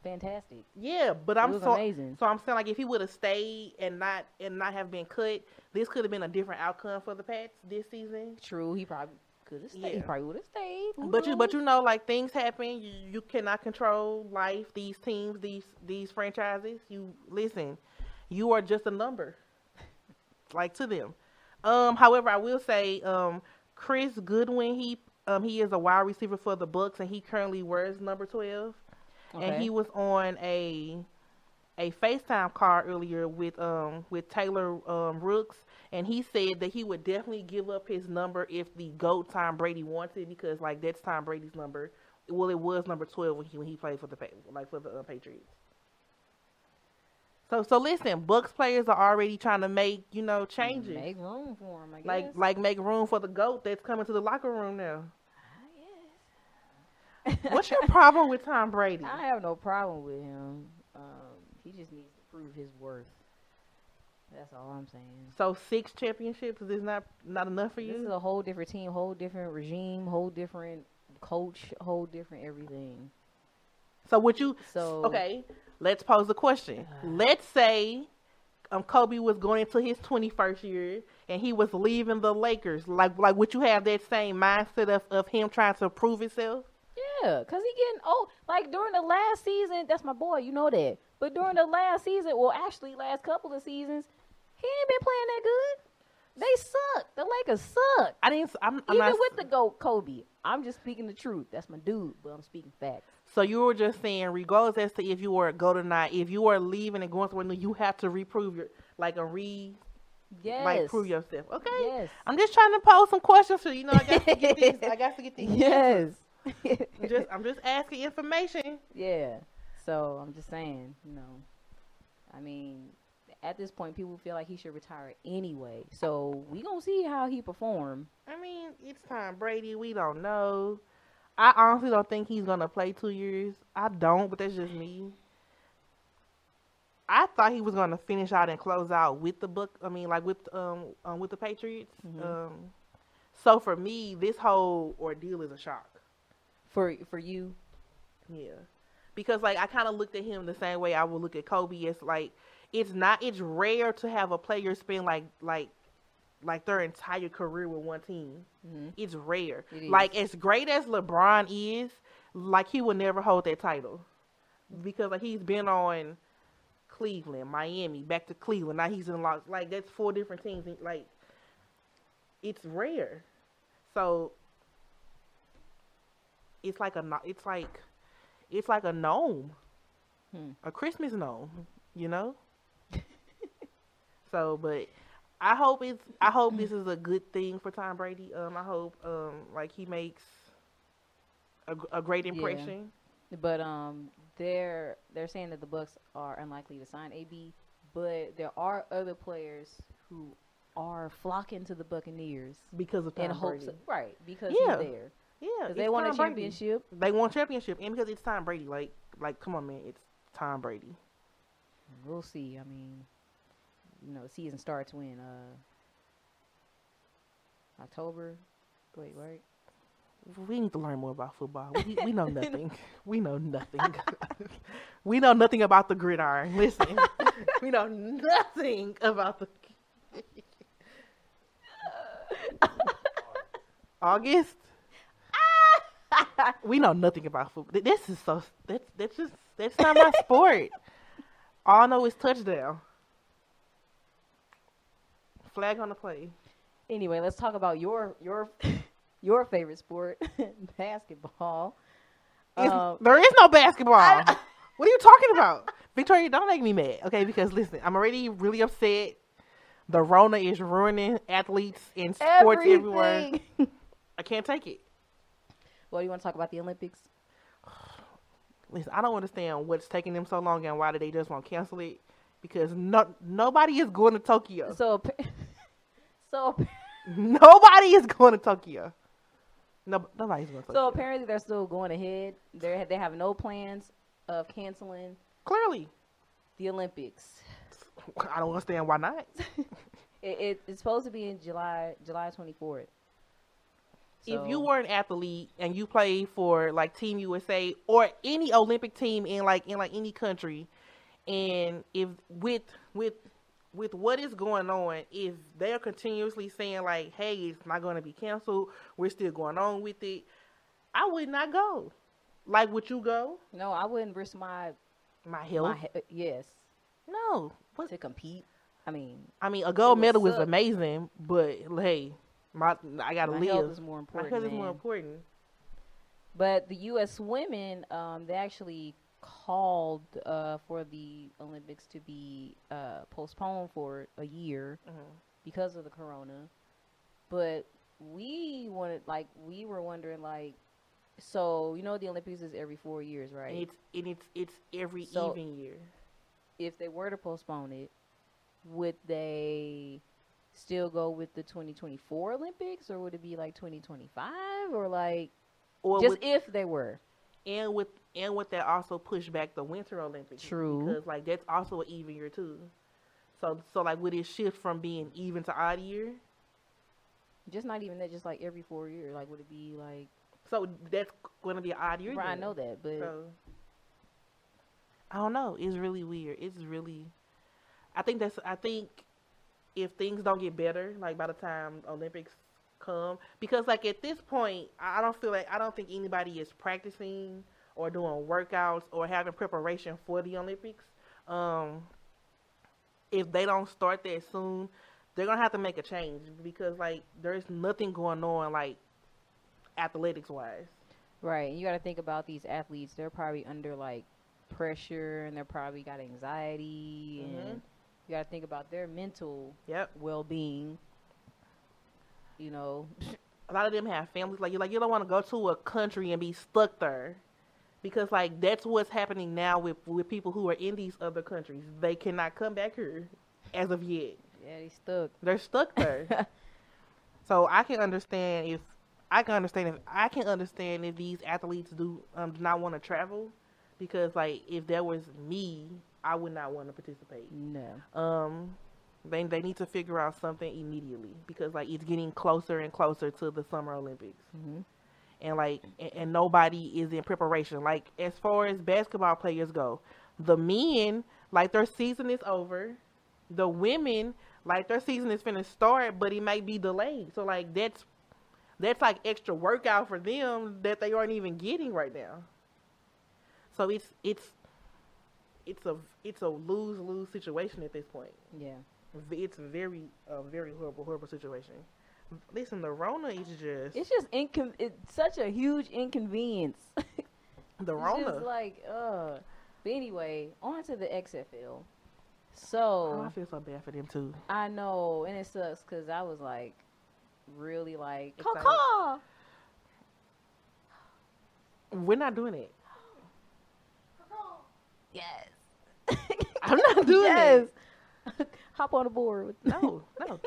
[SPEAKER 3] fantastic.
[SPEAKER 2] yeah, but
[SPEAKER 3] it
[SPEAKER 2] I'm
[SPEAKER 3] was
[SPEAKER 2] so
[SPEAKER 3] amazing.
[SPEAKER 2] so I'm saying like if he would have stayed and not and not have been cut, this could have been a different outcome for the Pats this season.
[SPEAKER 3] True, he probably could have stayed. He
[SPEAKER 2] Yeah.
[SPEAKER 3] probably would have stayed. Who
[SPEAKER 2] But you, but
[SPEAKER 3] knows?
[SPEAKER 2] you know, like things happen. You, you cannot control life. These teams, these these franchises. You listen. You are just a number, like to them. Um, however, I will say, um, Chris Goodwin. He um he is a wide receiver for the Bucks, and he currently wears number twelve. And
[SPEAKER 3] Okay.
[SPEAKER 2] he was on a a FaceTime call earlier with um with Taylor um Rooks and he said that he would definitely give up his number if the GOAT Tom Brady wanted because like that's Tom Brady's number. Well, it was number twelve when he when he played for the Pa- like for the uh, Patriots. So so listen, Bucks players are already trying to make you know changes,
[SPEAKER 3] Make room for him, I guess.
[SPEAKER 2] like like make room for the goat that's coming to the locker room now.
[SPEAKER 3] Ah, I guess. <laughs>
[SPEAKER 2] What's your problem with Tom Brady?
[SPEAKER 3] I have no problem with him. Um, he just needs to prove his worth. That's all I'm saying.
[SPEAKER 2] So six championships is not not enough for
[SPEAKER 3] This is
[SPEAKER 2] you.
[SPEAKER 3] a whole different team, whole different regime, whole different coach, whole different everything.
[SPEAKER 2] So would you?
[SPEAKER 3] So Uh-huh.
[SPEAKER 2] Okay, let's pose the question. Let's say um, Kobe was going into his 21st year and he was leaving the Lakers. Like, like would you have that same mindset of, of him trying to prove himself?
[SPEAKER 3] Yeah, cause he getting old. Like during the last season, that's my boy. You know that. But during the last season, well, actually, last couple of seasons, he ain't been playing that good. They suck. The Lakers suck.
[SPEAKER 2] I didn't. I'm, I'm
[SPEAKER 3] Even
[SPEAKER 2] not,
[SPEAKER 3] with the GOAT Kobe, I'm just speaking the truth. That's my dude, but I'm speaking facts.
[SPEAKER 2] So you were just saying, regardless as to if you were a go or not, if you are leaving and going somewhere new, you have to reprove your like a re
[SPEAKER 3] Yes.
[SPEAKER 2] like prove yourself. Okay.
[SPEAKER 3] Yes. <laughs>
[SPEAKER 2] I'm just trying to pose some questions for you. you know, I got to get these. I got to get these.
[SPEAKER 3] Yes.
[SPEAKER 2] I'm <laughs> just I'm just asking information.
[SPEAKER 3] yeah. So I'm just saying, you know, I mean, at this point, people feel like he should retire anyway. So we gonna see how he perform.
[SPEAKER 2] I mean, it's Tom Brady. We don't know. I honestly don't think he's gonna play two years. I don't, but that's just me. I thought he was gonna finish out and close out with the book. I mean, like with um, um with the Patriots.
[SPEAKER 3] Mhm.
[SPEAKER 2] Um, so for me, this whole ordeal is a shock.
[SPEAKER 3] For for you,
[SPEAKER 2] Yeah, because like I kind of looked at him the same way I would look at Kobe. It's like it's not. It's rare to have a player spend like like like their entire career with one team.
[SPEAKER 3] Mhm.
[SPEAKER 2] It's rare.
[SPEAKER 3] It is.
[SPEAKER 2] Like as great as LeBron is, like he will never hold that title because like he's been on Cleveland, Miami, back to Cleveland. Now he's in Los. Like that's four different teams. and, Like it's rare. So it's like a kno- it's like it's like a gnome,
[SPEAKER 3] Hmm.
[SPEAKER 2] a Christmas gnome. You know. <laughs> so, but I hope it's I hope this is a good thing for Tom Brady. Um, I hope um like he makes a, gr- a great
[SPEAKER 3] Yeah.
[SPEAKER 2] impression.
[SPEAKER 3] But um, they're they're saying that the Bucks are unlikely to sign AB, but there are other players who are flocking to the Buccaneers
[SPEAKER 2] Because of Tom
[SPEAKER 3] in hopes,
[SPEAKER 2] Brady.
[SPEAKER 3] right? Because
[SPEAKER 2] Yeah.
[SPEAKER 3] he's there
[SPEAKER 2] yeah,
[SPEAKER 3] because
[SPEAKER 2] it's
[SPEAKER 3] they won a
[SPEAKER 2] Tom Brady.
[SPEAKER 3] championship.
[SPEAKER 2] They won championship, and because it's Tom Brady. Like, like, come on, man, it's Tom Brady.
[SPEAKER 3] We'll see. I mean, you know, the season starts when uh October. Wait, right?
[SPEAKER 2] We need to learn more about football. We, we know nothing. we know nothing. <laughs> we know nothing about the gridiron. Listen, <laughs> we know nothing about the <laughs> August. we know nothing about football. This is so. That's that's just that's not my sport. All I know is touchdown. Flag on the play.
[SPEAKER 3] Anyway, let's talk about your your <laughs> your favorite sport, <laughs> basketball.
[SPEAKER 2] <laughs> It's-
[SPEAKER 3] Um,
[SPEAKER 2] there is no basketball. what are you talking about? Victoria, don't make me mad, okay? Because listen, I'm already really upset. The Rona is ruining athletes and <laughs> sports everywhere.
[SPEAKER 3] everything.
[SPEAKER 2] <laughs> I can't take it.
[SPEAKER 3] Well, you want to talk about the Olympics?
[SPEAKER 2] Listen, I don't understand what's taking them so long and why do they just want to cancel it? Because no, nobody is going to Tokyo.
[SPEAKER 3] So, <laughs> appa- so, appa-
[SPEAKER 2] Nobody is going to Tokyo. No, nobody's going to Tokyo.
[SPEAKER 3] so apparently they're still going ahead. They they have no plans of canceling
[SPEAKER 2] Clearly,
[SPEAKER 3] The Olympics.
[SPEAKER 2] I don't understand why not.
[SPEAKER 3] It, it, it's supposed to be in July, July 24th.
[SPEAKER 2] If you
[SPEAKER 3] So-
[SPEAKER 2] were an athlete and you played for like Team USA or any Olympic team in like in like any country, and if with with with what is going on, if they're continuously saying like, "Hey, it's not going to be canceled. We're still going on with it," I would not go. Like, would you go?
[SPEAKER 3] no, I wouldn't risk my,
[SPEAKER 2] My health?
[SPEAKER 3] my he- yes
[SPEAKER 2] no. What-
[SPEAKER 3] to compete. I mean,
[SPEAKER 2] I mean, a gold
[SPEAKER 3] would
[SPEAKER 2] medal is
[SPEAKER 3] suck.
[SPEAKER 2] amazing, but hey, my I gotta
[SPEAKER 3] my health
[SPEAKER 2] live.
[SPEAKER 3] is more
[SPEAKER 2] My
[SPEAKER 3] important.
[SPEAKER 2] health is more
[SPEAKER 3] man.
[SPEAKER 2] important.
[SPEAKER 3] But the U.S. women, um, they actually called uh, for the Olympics to be uh, postponed for a year
[SPEAKER 2] Mm-hmm.
[SPEAKER 3] because of the corona. But we wanted, like, we were wondering, like, so you know the Olympics is every four years, right?
[SPEAKER 2] And it's and it's it's every
[SPEAKER 3] So-
[SPEAKER 2] even year.
[SPEAKER 3] if they were to postpone it, would they still go with the 2024 Olympics, or would it be like 2025, or like
[SPEAKER 2] Or
[SPEAKER 3] just
[SPEAKER 2] with,
[SPEAKER 3] if they were?
[SPEAKER 2] and with and with that also push back the Winter Olympics.
[SPEAKER 3] True.
[SPEAKER 2] Because like that's also an even year too. So so like would it shift from being even to odd year?
[SPEAKER 3] Just not even that. Just like every four years, like would it be like?
[SPEAKER 2] So that's gonna be an odd year.
[SPEAKER 3] Right, I
[SPEAKER 2] then.
[SPEAKER 3] know that, but
[SPEAKER 2] So I don't know. It's really weird. It's really. I think that's. I think if things don't get better, like by the time Olympics come, because like at this point, I I don't feel like I don't think anybody is practicing or doing workouts or having preparation for the Olympics. Um, if they don't start that soon, they're gonna have to make a change because like there's nothing going on like athletics wise.
[SPEAKER 3] right, and you got to think about these athletes. They're probably under like pressure, and they're probably got anxiety,
[SPEAKER 2] Mhm.
[SPEAKER 3] and you got to think about their mental
[SPEAKER 2] Yep.
[SPEAKER 3] well-being. You know, <laughs>
[SPEAKER 2] a lot of them have families. Like you like you don't want to go to a country and be stuck there. Because like that's what's happening now with with people who are in these other countries. They cannot come back here as of yet.
[SPEAKER 3] yeah, they stuck.
[SPEAKER 2] They're stuck there. so I can understand if I can understand if I can understand if these athletes do um do not want to travel because like if that was me, I would not want to participate
[SPEAKER 3] No,
[SPEAKER 2] um they they need to figure out something immediately because like it's getting closer and closer to the summer olympics
[SPEAKER 3] Mhm.
[SPEAKER 2] and like and, and nobody is in preparation like as far as basketball players go the men like their season is over the women like their season is finna start but it might be delayed so like that's that's like extra workout for them that they aren't even getting right now so it's it's it's a it's a lose lose situation at this point
[SPEAKER 3] yeah.
[SPEAKER 2] V- it's very a very horrible horrible situation listen the rona is just
[SPEAKER 3] It's just incon. It's such a huge inconvenience. <laughs>
[SPEAKER 2] the
[SPEAKER 3] It's
[SPEAKER 2] rona
[SPEAKER 3] just like, uh. But anyway, on to the XFL.
[SPEAKER 2] oh,
[SPEAKER 3] So
[SPEAKER 2] i feel so bad for them too
[SPEAKER 3] I know, and it sucks because I was like, really like,
[SPEAKER 2] Excited.
[SPEAKER 3] caw-caw.
[SPEAKER 2] we're not doing
[SPEAKER 3] <laughs>
[SPEAKER 2] it
[SPEAKER 3] yes, <laughs>
[SPEAKER 2] i'm not doing
[SPEAKER 3] yes.
[SPEAKER 2] it
[SPEAKER 3] <laughs> Hop on the board. With
[SPEAKER 2] no no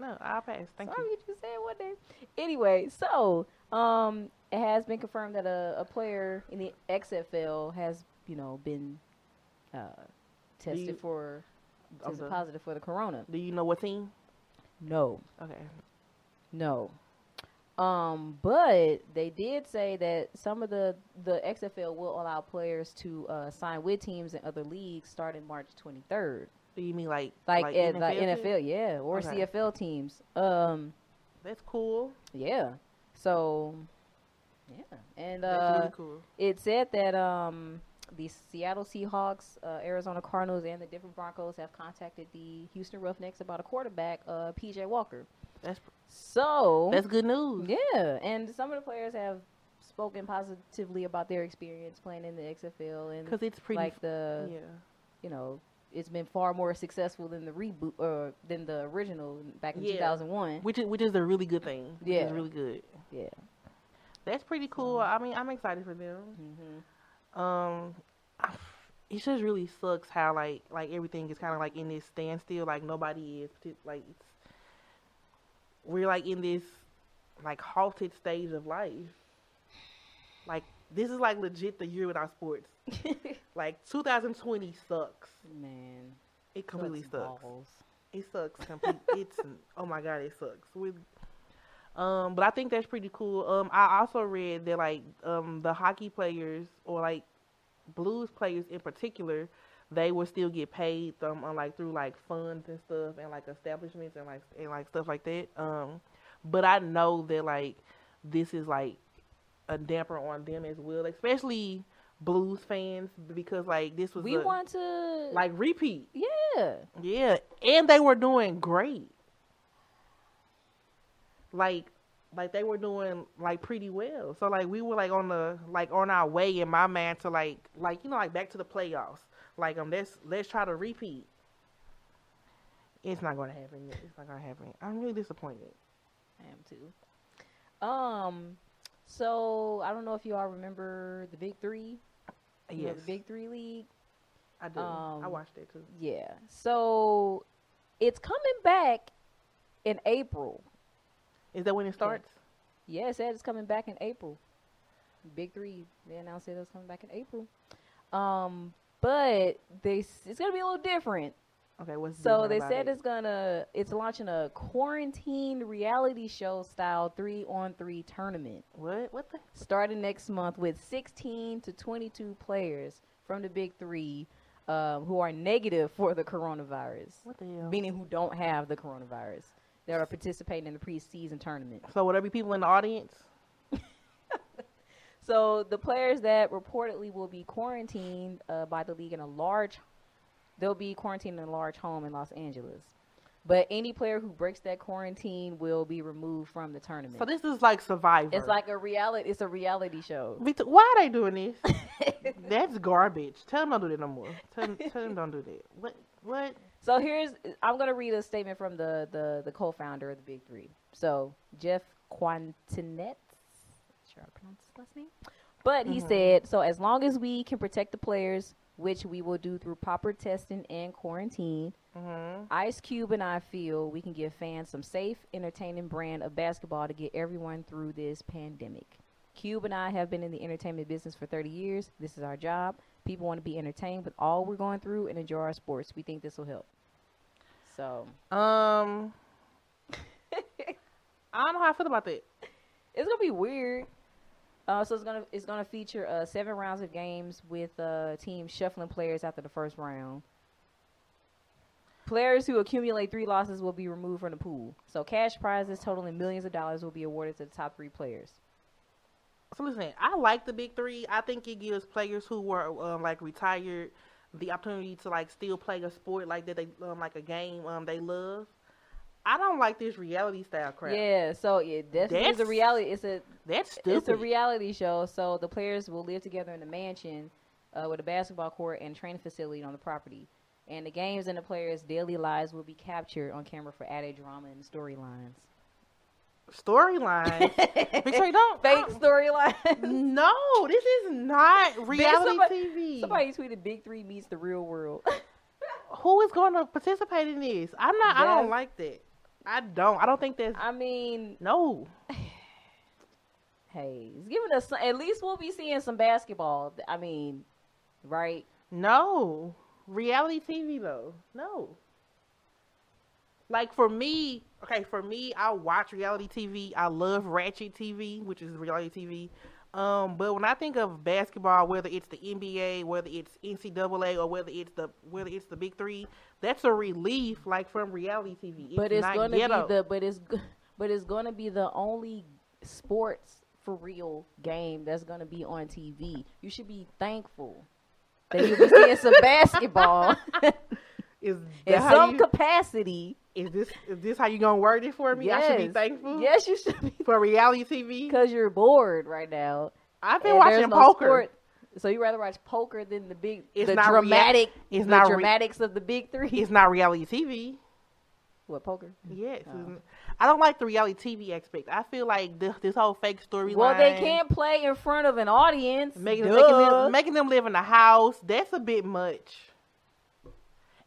[SPEAKER 2] no i'll pass thank
[SPEAKER 3] Sorry,
[SPEAKER 2] you
[SPEAKER 3] you just said one day. Anyway, so um, it has been confirmed that a, a player in the XFL has, you know, been uh, tested
[SPEAKER 2] The-
[SPEAKER 3] for
[SPEAKER 2] of
[SPEAKER 3] tested
[SPEAKER 2] the-
[SPEAKER 3] positive for the corona.
[SPEAKER 2] do you know what team
[SPEAKER 3] No,
[SPEAKER 2] okay
[SPEAKER 3] No. Um, but they did say that some of the the XFL will allow players to uh, sign with teams in other leagues starting March 23rd,
[SPEAKER 2] do you mean like
[SPEAKER 3] like at like
[SPEAKER 2] team?
[SPEAKER 3] NFL, yeah, or
[SPEAKER 2] Okay.
[SPEAKER 3] CFL teams. Um,
[SPEAKER 2] that's cool
[SPEAKER 3] yeah. So, yeah, and
[SPEAKER 2] that's
[SPEAKER 3] uh,
[SPEAKER 2] really cool
[SPEAKER 3] it said that um, the Seattle Seahawks, uh, Arizona Cardinals, and the Denver Broncos have contacted the Houston Roughnecks about a quarterback, uh, PJ Walker.
[SPEAKER 2] that's
[SPEAKER 3] So
[SPEAKER 2] that's good news
[SPEAKER 3] yeah, and some of the players have spoken positively about their experience playing in the XFL and
[SPEAKER 2] because it's pretty
[SPEAKER 3] like uh, the
[SPEAKER 2] yeah
[SPEAKER 3] you know it's been far more successful than the reboot or than the original back in
[SPEAKER 2] Yeah.
[SPEAKER 3] 2001.
[SPEAKER 2] which is, which is a really good thing which is
[SPEAKER 3] Yeah.
[SPEAKER 2] really good
[SPEAKER 3] Yeah.
[SPEAKER 2] that's pretty cool i mean i'm excited for them
[SPEAKER 3] Mm-hmm.
[SPEAKER 2] um it just really sucks how like like everything is kind of like in this standstill like nobody is partic- like it's, we're like in this like halted
[SPEAKER 3] <laughs>
[SPEAKER 2] stage of life like this is like legit the year without sports Like 2020 sucks.
[SPEAKER 3] Man,
[SPEAKER 2] It completely
[SPEAKER 3] sucks
[SPEAKER 2] sucks.
[SPEAKER 3] balls.
[SPEAKER 2] It sucks complete. it's oh my god, it sucks. With um, but I think that's pretty cool. Um, I also read that like um the hockey players or like blues players in particular, they will still get paid um on, like through like funds and stuff and like establishments and like and like stuff like that. Um, but I know that like this is like a damper on them as well, especially blues fans because like this was
[SPEAKER 3] We
[SPEAKER 2] a-
[SPEAKER 3] want to like
[SPEAKER 2] like repeat.
[SPEAKER 3] yeah.
[SPEAKER 2] Yeah, and they were doing great. Like, like they were doing like pretty well. So like we were like on the like on our way in my mind to like like you know like back to the playoffs. Like um, let's let's try to repeat. It's not gonna happen. yet. It's not gonna happen. I'm really disappointed.
[SPEAKER 3] I am too. Um, so I don't know if you all remember the Big Three. You know,
[SPEAKER 2] Yes,
[SPEAKER 3] the Big Three League.
[SPEAKER 2] I do. I
[SPEAKER 3] um,
[SPEAKER 2] watched it too.
[SPEAKER 3] Yeah. So it's coming back in April.
[SPEAKER 2] Is that when it starts?
[SPEAKER 3] Yeah, it said it's coming back in April. Big Three. They announced it was coming back in April. Um, but they s- it's gonna be a little different.
[SPEAKER 2] Okay, what's
[SPEAKER 3] So
[SPEAKER 2] different
[SPEAKER 3] they
[SPEAKER 2] about
[SPEAKER 3] said
[SPEAKER 2] it?
[SPEAKER 3] it's gonna it's launching a quarantine reality show style three on three tournament.
[SPEAKER 2] what? What the?
[SPEAKER 3] starting next month with 16 to 22 players from the big three um, who are negative for the coronavirus,
[SPEAKER 2] What the hell?
[SPEAKER 3] meaning who don't have the coronavirus that are participating in the preseason tournament.
[SPEAKER 2] So would there be people in the audience?
[SPEAKER 3] So the players that reportedly will be quarantined uh, by the league in a large, they'll be quarantined in a large home in Los Angeles. But any player who breaks that quarantine will be removed from the tournament.
[SPEAKER 2] So this is like Survivor.
[SPEAKER 3] it's like a reality. It's a reality show.
[SPEAKER 2] Vita, why are they doing
[SPEAKER 3] <laughs>
[SPEAKER 2] this? That's garbage. Tell them don't do that no more. Tell them, tell them don't do that. What? What?
[SPEAKER 3] So here's I'm gonna read a statement from the the, the co-founder of the Big Three. So Jeff Quantinet, sure I pronounced his last name, but he
[SPEAKER 2] Mhm.
[SPEAKER 3] said so as long as we can protect the players, which we will do through proper testing and quarantine.
[SPEAKER 2] Mm-hmm.
[SPEAKER 3] Ice Cube and I feel we can give fans some safe, entertaining brand of basketball to get everyone through this pandemic. Cube and I have been in the entertainment business for 30 years. This is our job. People want to be entertained with all we're going through and enjoy our sports. We think this will help. So <laughs>
[SPEAKER 2] Um, I don't know how I feel about that.
[SPEAKER 3] it's gonna be weird. Uh, so it's gonna it's gonna feature uh, seven rounds of games with uh, teams shuffling players after the first round. Players who accumulate three losses will be removed from the pool. So cash prizes totaling millions of dollars will be awarded to the top three players.
[SPEAKER 2] So listen, I like the big three. I think it gives players who were um, like retired the opportunity to like still play a sport like that they um, like a game um they love. I don't like this reality style crap.
[SPEAKER 3] Yeah, so it definitely is a
[SPEAKER 2] That's
[SPEAKER 3] reality. It's a
[SPEAKER 2] That's stupid.
[SPEAKER 3] it's a reality show. So the players will live together in a mansion uh, with a basketball court and training facility on the property. And the games and the players' daily lives will be captured on camera for added drama and storylines. <laughs>
[SPEAKER 2] Storyline. Victoria, don't,
[SPEAKER 3] fake
[SPEAKER 2] don't-
[SPEAKER 3] storyline.
[SPEAKER 2] No, this is not reality
[SPEAKER 3] somebody-
[SPEAKER 2] TV.
[SPEAKER 3] Somebody tweeted Big Three meets the real world. <laughs>
[SPEAKER 2] who is going to participate in this? I'm not. I
[SPEAKER 3] Yes.
[SPEAKER 2] don't like that. I don't. I don't think that's
[SPEAKER 3] I mean,
[SPEAKER 2] no.
[SPEAKER 3] hey, it's giving us some, at least we'll be seeing some basketball. I mean, right?
[SPEAKER 2] No. Reality TV though. No. Like for me, okay, for me, I watch reality TV. I love Ratchet TV, which is reality TV. Um, but when I think of basketball, whether it's the NBA, whether it's NCAA, or whether it's the whether it's the Big Three, that's a relief, like from reality TV.
[SPEAKER 3] but it's
[SPEAKER 2] not
[SPEAKER 3] gonna
[SPEAKER 2] ghetto.
[SPEAKER 3] be the but it's g- <laughs> but it's gonna be the only sports for real game that's gonna be on TV. You should be thankful that you'll be
[SPEAKER 2] <laughs>
[SPEAKER 3] seeing some basketball
[SPEAKER 2] is
[SPEAKER 3] <laughs> in
[SPEAKER 2] that how
[SPEAKER 3] some
[SPEAKER 2] you-
[SPEAKER 3] capacity.
[SPEAKER 2] is this is this how you gonna word it for me? I should be
[SPEAKER 3] Yes.
[SPEAKER 2] thankful
[SPEAKER 3] Yes, you should be <laughs>
[SPEAKER 2] for reality TV.
[SPEAKER 3] because you're bored right now.
[SPEAKER 2] I've been
[SPEAKER 3] and there's
[SPEAKER 2] watching
[SPEAKER 3] no
[SPEAKER 2] poker.
[SPEAKER 3] sport. So you rather watch poker than the big,
[SPEAKER 2] It's
[SPEAKER 3] the
[SPEAKER 2] not rea-
[SPEAKER 3] dramatic,
[SPEAKER 2] It's
[SPEAKER 3] the
[SPEAKER 2] not re-
[SPEAKER 3] dramatics of the big three.
[SPEAKER 2] it's not reality TV.
[SPEAKER 3] what poker?
[SPEAKER 2] Yes, it's
[SPEAKER 3] Oh.
[SPEAKER 2] n- I don't like the reality TV aspect. I feel like this, this whole fake storyline.
[SPEAKER 3] Well, they can't play in front of an audience.
[SPEAKER 2] making,
[SPEAKER 3] Duh.
[SPEAKER 2] making them making them live in a house. That's a bit much.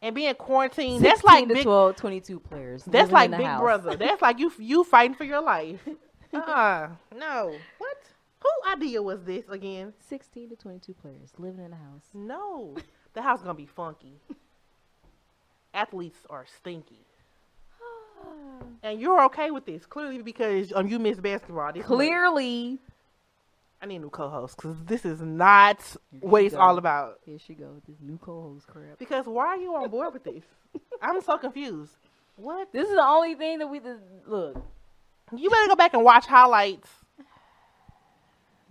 [SPEAKER 2] And being quarantined, that's
[SPEAKER 3] 16
[SPEAKER 2] like
[SPEAKER 3] to
[SPEAKER 2] big.
[SPEAKER 3] 12, 22 players.
[SPEAKER 2] That's
[SPEAKER 3] living
[SPEAKER 2] like
[SPEAKER 3] in the
[SPEAKER 2] Big
[SPEAKER 3] <laughs> house. <laughs>
[SPEAKER 2] Brother. That's like you you fighting for your life. Uh, uh Uh-uh, no. What? Who idea was this again?
[SPEAKER 3] 16 to 22 players living in a house.
[SPEAKER 2] No, the house gonna be funky. Athletes are stinky,
[SPEAKER 3] <sighs>
[SPEAKER 2] and you're okay with this clearly because um you miss basketball. This month.
[SPEAKER 3] Clearly,
[SPEAKER 2] I need a new co-host because this is not what it's
[SPEAKER 3] go.
[SPEAKER 2] all about.
[SPEAKER 3] here she goes with this new co-host crap.
[SPEAKER 2] Because why are you on board with this? I'm so confused. What?
[SPEAKER 3] This is the only thing that we just, look.
[SPEAKER 2] You better go back and watch highlights.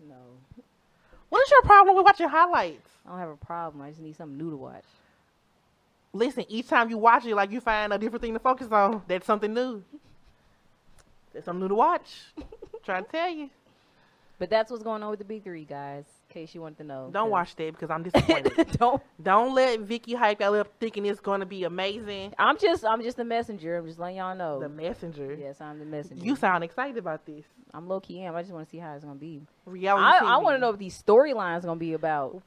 [SPEAKER 3] No,
[SPEAKER 2] What is your problem with watching highlights?
[SPEAKER 3] I don't have a problem. I just need something new to watch.
[SPEAKER 2] Listen, each time you watch it, like you find a different thing to focus on. That's something new. That's something new to watch. Trying to tell you.
[SPEAKER 3] But that's what's going on with the big three guys. In case you wanted to know,
[SPEAKER 2] Don't
[SPEAKER 3] 'cause- <laughs>
[SPEAKER 2] watch that because I'm disappointed.
[SPEAKER 3] don't.
[SPEAKER 2] Don't let Vicky hype y'all up thinking it's gonna be amazing.
[SPEAKER 3] I'm just, I'm just the messenger. I'm just letting y'all know.
[SPEAKER 2] The messenger.
[SPEAKER 3] yes, I'm the messenger.
[SPEAKER 2] You sound excited about this.
[SPEAKER 3] I'm low key am. I just want to see how it's gonna be.
[SPEAKER 2] Reality.
[SPEAKER 3] I, I
[SPEAKER 2] TV.
[SPEAKER 3] want to know what these storylines gonna be about.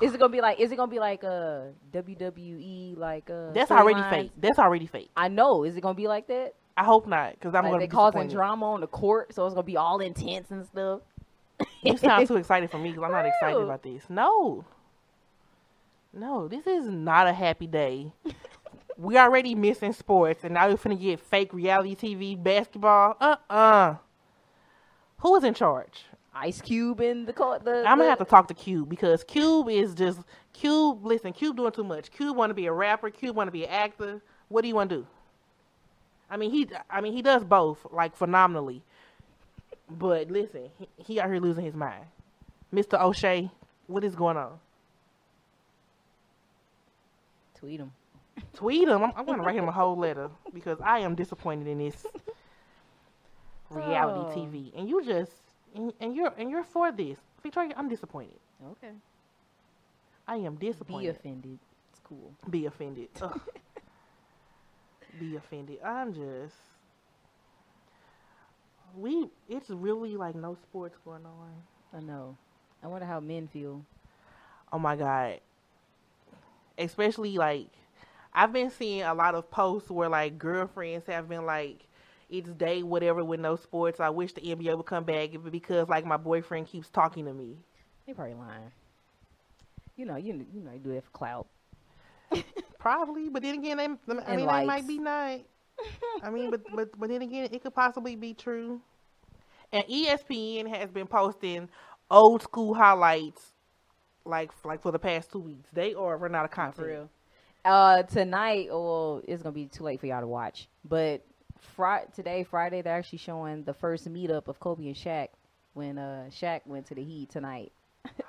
[SPEAKER 3] Is it gonna be like? Is it gonna be like uh, a WWE like? Uh,
[SPEAKER 2] That's already
[SPEAKER 3] storylines?
[SPEAKER 2] fake. That's already fake.
[SPEAKER 3] I know. Is it gonna be like that?
[SPEAKER 2] I hope not, because I'm
[SPEAKER 3] like
[SPEAKER 2] gonna
[SPEAKER 3] they
[SPEAKER 2] be
[SPEAKER 3] causing
[SPEAKER 2] disappointed.
[SPEAKER 3] drama on the court, so it's gonna be all intense and stuff.
[SPEAKER 2] You sound
[SPEAKER 3] <laughs>
[SPEAKER 2] too excited for me because I'm not excited
[SPEAKER 3] No.
[SPEAKER 2] about this. No. No, this is not a happy
[SPEAKER 3] <laughs>
[SPEAKER 2] day. we already missing sports, and now we're finna get fake reality TV, basketball. Uh uh Who is in charge?
[SPEAKER 3] Ice Cube in the court. The,
[SPEAKER 2] I'm
[SPEAKER 3] the-
[SPEAKER 2] gonna have to talk to Cube because Cube is just Cube. Listen, Cube doing too much. Cube want to be a rapper. Cube want to be an actor. What do you want to do? I mean, he. I mean, he does both like phenomenally. But listen, he, he out here losing his mind. Mr. O'Shea, what is going on?
[SPEAKER 3] tweet him.
[SPEAKER 2] Tweet him. I'm, I'm gonna write him a whole letter because I am disappointed in
[SPEAKER 3] <laughs>
[SPEAKER 2] this reality
[SPEAKER 3] Oh.
[SPEAKER 2] TV. And you just and, and you're and you're for this, Victoria. I'm disappointed.
[SPEAKER 3] Okay.
[SPEAKER 2] I am
[SPEAKER 3] Be
[SPEAKER 2] disappointed.
[SPEAKER 3] offended. It's cool.
[SPEAKER 2] be offended. Ugh. <laughs> be offended. I'm just we it's really like no sports going on.
[SPEAKER 3] I know. I wonder how men feel.
[SPEAKER 2] Oh my god. Especially like I've been seeing a lot of posts where like girlfriends have been like it's day whatever with no sports. I wish the NBA would come back because like my boyfriend keeps talking to me.
[SPEAKER 3] They probably lying. You know, you you know, you do it for clout.
[SPEAKER 2] Probably, but then again, they, I
[SPEAKER 3] And
[SPEAKER 2] mean, they might
[SPEAKER 3] likes.
[SPEAKER 2] be not. I mean, but, but but then again, it could possibly be true. And E ESPN has been posting old school highlights, like like for the past two weeks. They are running out of content.
[SPEAKER 3] For real. Uh, tonight, well, it's gonna be too late for y'all to watch. But Friday, today, Friday, they're actually showing the first meetup of Kobe and Shaq when uh Shaq went to the Heat tonight.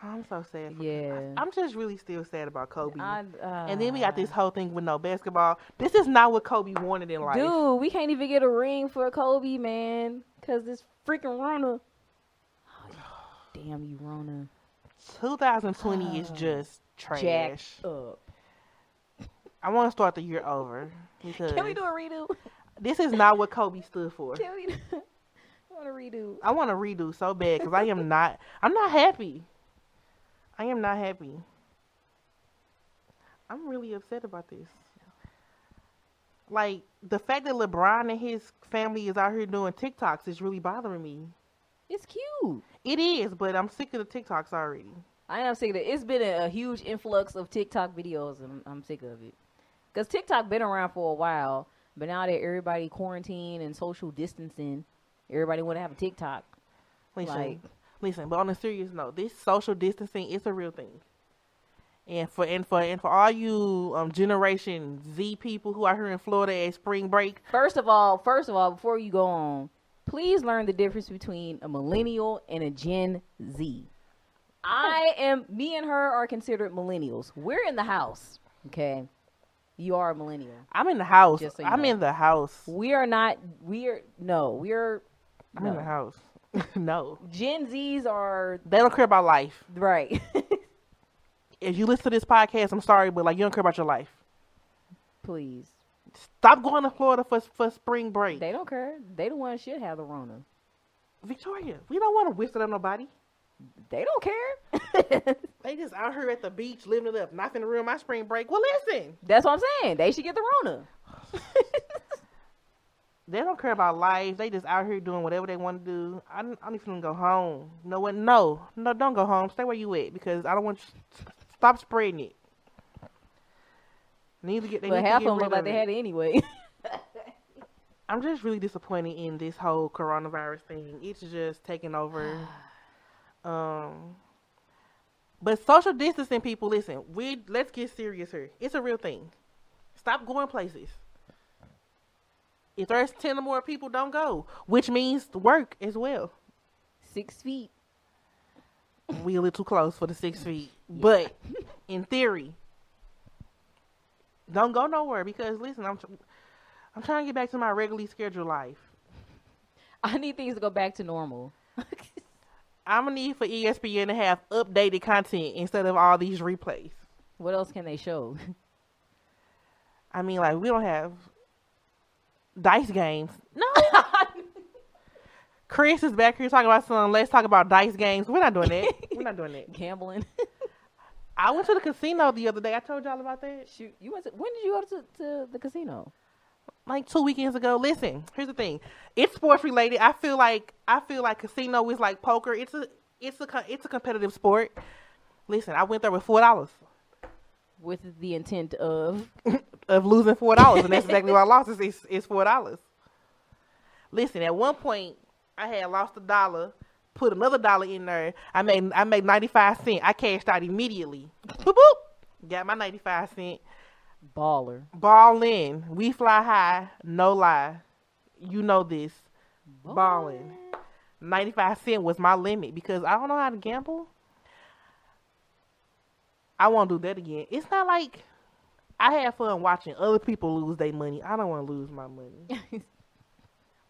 [SPEAKER 2] I'm so sad. For,
[SPEAKER 3] Yeah.
[SPEAKER 2] I'm just really still sad about Kobe.
[SPEAKER 3] I- uh,
[SPEAKER 2] and then we got this whole thing with no basketball. This is not what Kobe wanted in life.
[SPEAKER 3] dude. We can't even get a ring for Kobe, man, cause this freaking Rona. <sighs> Damn you, Rona.
[SPEAKER 2] 2020
[SPEAKER 3] <sighs>
[SPEAKER 2] is just trash.
[SPEAKER 3] Jack up.
[SPEAKER 2] I want to start the year over because
[SPEAKER 3] Can we do
[SPEAKER 2] <laughs>
[SPEAKER 3] a redo?
[SPEAKER 2] this is not what Kobe stood for.
[SPEAKER 3] Can we? Do... <laughs> I want a redo.
[SPEAKER 2] I want to redo so bad because I am not. I'm not happy. I am not happy. I'm really upset about this. Like the fact that LeBron and his family is out here doing TikToks is really bothering me.
[SPEAKER 3] It's cute.
[SPEAKER 2] It is, but I'm sick of the TikToks already.
[SPEAKER 3] I am sick of it. It's been a, a huge influx of TikTok videos, and I'm, I'm sick of it. Cause TikTok been around for a while, but now that everybody quarantined and social distancing, everybody want to have a TikTok.
[SPEAKER 2] Listen,
[SPEAKER 3] Like-
[SPEAKER 2] listen. But on a serious note, this social distancing is a real thing. And for and for and for all you um, Generation Z people who are here in Florida at spring break,
[SPEAKER 3] First of all, first of all, before you go on, please learn the difference between a millennial and a Gen Z. I am. Me and her are considered millennials. We're in the house. Okay, you are a millennial.
[SPEAKER 2] I'm in the house.
[SPEAKER 3] Just so you
[SPEAKER 2] I'm
[SPEAKER 3] know.
[SPEAKER 2] in the house.
[SPEAKER 3] We are not. We are no. We are.
[SPEAKER 2] I'm in the
[SPEAKER 3] No. <laughs>
[SPEAKER 2] house. no.
[SPEAKER 3] Gen Zs are
[SPEAKER 2] They don't care about life.
[SPEAKER 3] right. <laughs>
[SPEAKER 2] If you listen to this podcast, I'm sorry, but like you don't care about your life.
[SPEAKER 3] Please.
[SPEAKER 2] Stop going to Florida for for spring break.
[SPEAKER 3] They don't care. They the ones should have the Rona.
[SPEAKER 2] Victoria, we don't want to whistle on nobody.
[SPEAKER 3] They don't <laughs> care.
[SPEAKER 2] They just out here at the beach living it up, not finna ruin my spring break. Well, listen,
[SPEAKER 3] That's what I'm saying. They should get the Rona.
[SPEAKER 2] They don't care about life. They just out here doing whatever they want to do. I don't, I don't even go home. No what? No, no, don't go home. Stay where you at because I don't want you. Stop spreading it. Need to get. They
[SPEAKER 3] but
[SPEAKER 2] need
[SPEAKER 3] half
[SPEAKER 2] to get
[SPEAKER 3] of them
[SPEAKER 2] rid
[SPEAKER 3] look like they
[SPEAKER 2] it.
[SPEAKER 3] had it <laughs> anyway.
[SPEAKER 2] I'm just really disappointed in this whole coronavirus thing. It's just taking over. Um, but social distancing, people, listen. We let's get serious here. It's a real thing. Stop going places. If there's ten or more people, don't go. Which means work as well.
[SPEAKER 3] Six feet.
[SPEAKER 2] We a little too close for the six feet, but in theory, don't go nowhere because listen, I'm tr- I'm trying to get back to my regularly scheduled life.
[SPEAKER 3] I need things to go back to normal. <laughs>
[SPEAKER 2] I'm gonna need for E ESPN to have updated content instead of all these replays.
[SPEAKER 3] what else can they show? <laughs>
[SPEAKER 2] I mean, like we don't have dice games. <laughs> No. Chris is back here talking about some. Let's talk about dice games. We're not doing that. <laughs> We're not doing that.
[SPEAKER 3] Gambling. <laughs>
[SPEAKER 2] I went to the casino the other day. I told y'all about that
[SPEAKER 3] Shoot, you went to, when did you go to, to the casino?
[SPEAKER 2] like two weekends ago. Listen, here's the thing. It's sports related. I feel like I feel like casino is like poker. It's a it's a co- it's a competitive sport. Listen, I went there with four dollars.
[SPEAKER 3] With the intent of
[SPEAKER 2] of losing four dollars, and that's exactly what I lost. Is it's, it's four dollars. Listen, at one point I had lost a dollar, put another dollar in there. I made I made ninety five cent. I cashed out immediately. Boop boop. Got my ninety five cent.
[SPEAKER 3] baller. <laughs>
[SPEAKER 2] Ball in. We fly high. No lie. You know this. Balling. Ninety five cent was my limit because I don't know how to gamble. I won't do that again. It's not like I had fun watching other people lose their money. I don't want to lose my money.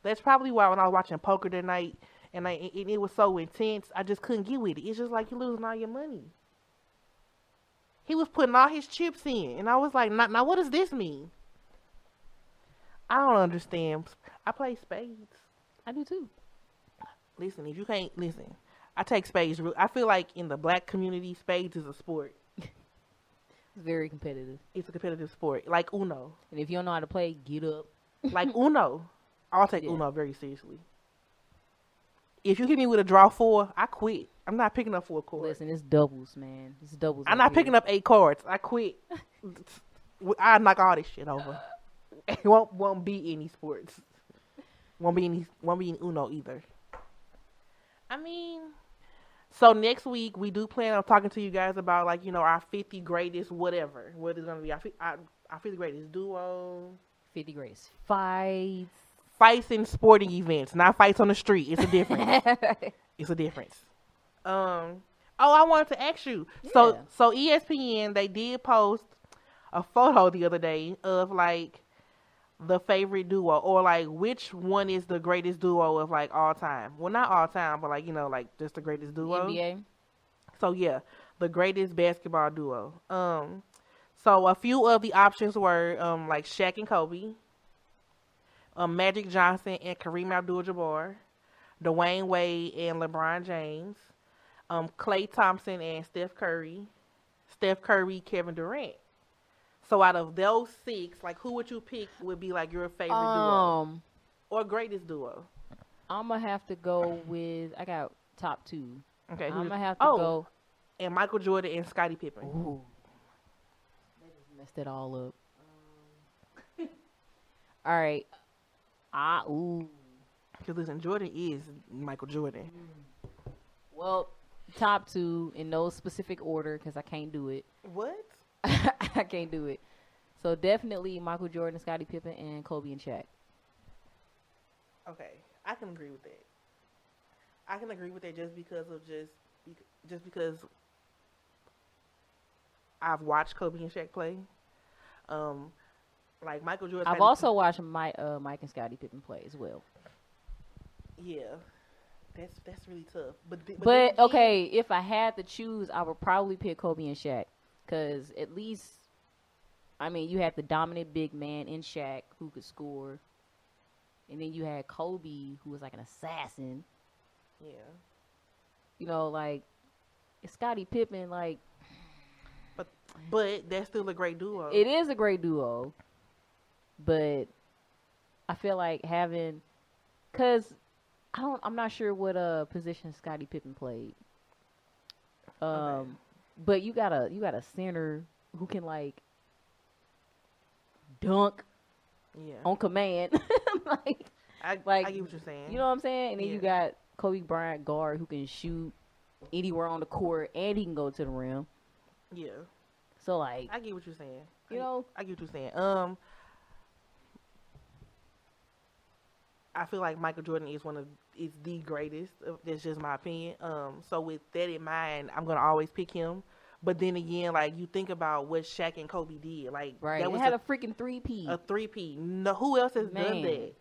[SPEAKER 2] That's probably why when I was watching poker tonight and I and it was so intense, I just couldn't get with it. It's just like you're losing all your money. He was putting all his chips in, and I was like, "Now, now what does this mean?" I don't understand. I play spades.
[SPEAKER 3] I do too.
[SPEAKER 2] Listen, if you can't listen, I take spades. real- I feel like in the black community, spades is a sport.
[SPEAKER 3] It's very competitive.
[SPEAKER 2] It's a competitive sport, like Uno.
[SPEAKER 3] And if you don't know how to play, get up.
[SPEAKER 2] like Uno. I'll take
[SPEAKER 3] Yeah.
[SPEAKER 2] Uno very seriously. If you hit me with a draw four, I quit. I'm not picking up four cards.
[SPEAKER 3] Listen, it's doubles, man. It's doubles.
[SPEAKER 2] I'm not picking up eight cards. I quit. I knock all this shit over. It won't won't be any sports. Won't be any won't be any Uno either. I mean so next week we do plan on talking to you guys about like, you know, our fifty greatest whatever. What is gonna be our fi- our, our fifty greatest duo.
[SPEAKER 3] fifty grace fights.
[SPEAKER 2] Fights in sporting events, not fights on the street. It's a difference.
[SPEAKER 3] <laughs>
[SPEAKER 2] It's a difference. Um. Oh, I wanted to ask you. So,
[SPEAKER 3] Yeah.
[SPEAKER 2] so E ESPN they did post a photo the other day of like the favorite duo, or like which one is the greatest duo of like all time. Well, not all time, but like you know, like just the greatest duo.
[SPEAKER 3] NBA.
[SPEAKER 2] So yeah, the greatest basketball duo. Um, so a few of the options were um like Shaq and Kobe, um Magic Johnson and Kareem Abdul-Jabbar, Dwayne Wade and LeBron James, um Clay Thompson and Steph Curry, Steph Curry, Kevin Durant. So out of those six, like who would you pick would be like your favorite duo
[SPEAKER 3] Um,
[SPEAKER 2] or greatest duo?
[SPEAKER 3] I'm gonna have to go with. I got top two.
[SPEAKER 2] Okay, who
[SPEAKER 3] I'm
[SPEAKER 2] you-
[SPEAKER 3] gonna have to
[SPEAKER 2] oh,
[SPEAKER 3] go.
[SPEAKER 2] and Michael Jordan and Scottie Pippen.
[SPEAKER 3] Ooh. They just messed it
[SPEAKER 2] <laughs>
[SPEAKER 3] all up. all right. Ah, ooh.
[SPEAKER 2] Because listen, Jordan is Michael Jordan.
[SPEAKER 3] Well, top two in no specific order because I can't do it. <laughs>
[SPEAKER 2] What?
[SPEAKER 3] I can't do it. So definitely Michael Jordan, Scottie Pippen, and Kobe and Shaq.
[SPEAKER 2] Okay, I can agree with that. I can agree with that just because of just bec- just because I've watched Kobe and Shaq play. Um, like Michael Jordan.
[SPEAKER 3] I've also watched my uh, Mike and Scottie Pippen play as well.
[SPEAKER 2] yeah. That's that's really tough. But th-
[SPEAKER 3] But
[SPEAKER 2] then again-
[SPEAKER 3] okay, if I had to choose, I would probably pick Kobe and Shaq because at least, I mean, you had the dominant big man in Shaq who could score, and then you had Kobe who was like an assassin.
[SPEAKER 2] yeah.
[SPEAKER 3] You know, like Scottie Pippen. Like
[SPEAKER 2] But that's still a great duo.
[SPEAKER 3] it is a great duo, but I feel like having, cause I don't. I'm not sure what uh position Scottie Pippen played.
[SPEAKER 2] Oh,
[SPEAKER 3] Um, but you got a you got a center who can like dunk
[SPEAKER 2] Yeah.
[SPEAKER 3] on command, <laughs> like
[SPEAKER 2] I,
[SPEAKER 3] like,
[SPEAKER 2] I get what you're saying.
[SPEAKER 3] you know what I'm saying. And then you
[SPEAKER 2] Yeah.
[SPEAKER 3] got Kobe Bryant guard who can shoot anywhere on the court and he can go to the rim.
[SPEAKER 2] yeah.
[SPEAKER 3] So like
[SPEAKER 2] I get what you're saying. I
[SPEAKER 3] you
[SPEAKER 2] get-
[SPEAKER 3] know,
[SPEAKER 2] I get what you're saying. Um, I feel like Michael Jordan is one of is the greatest. uh, That's just my opinion. Um, so with that in mind, I'm gonna always pick him. But then again, like you think about what Shaq and Kobe did, like
[SPEAKER 3] right?
[SPEAKER 2] that
[SPEAKER 3] They
[SPEAKER 2] was
[SPEAKER 3] had
[SPEAKER 2] a
[SPEAKER 3] a, freaking three P.
[SPEAKER 2] a three P. No, who else has done
[SPEAKER 3] Man.
[SPEAKER 2] that?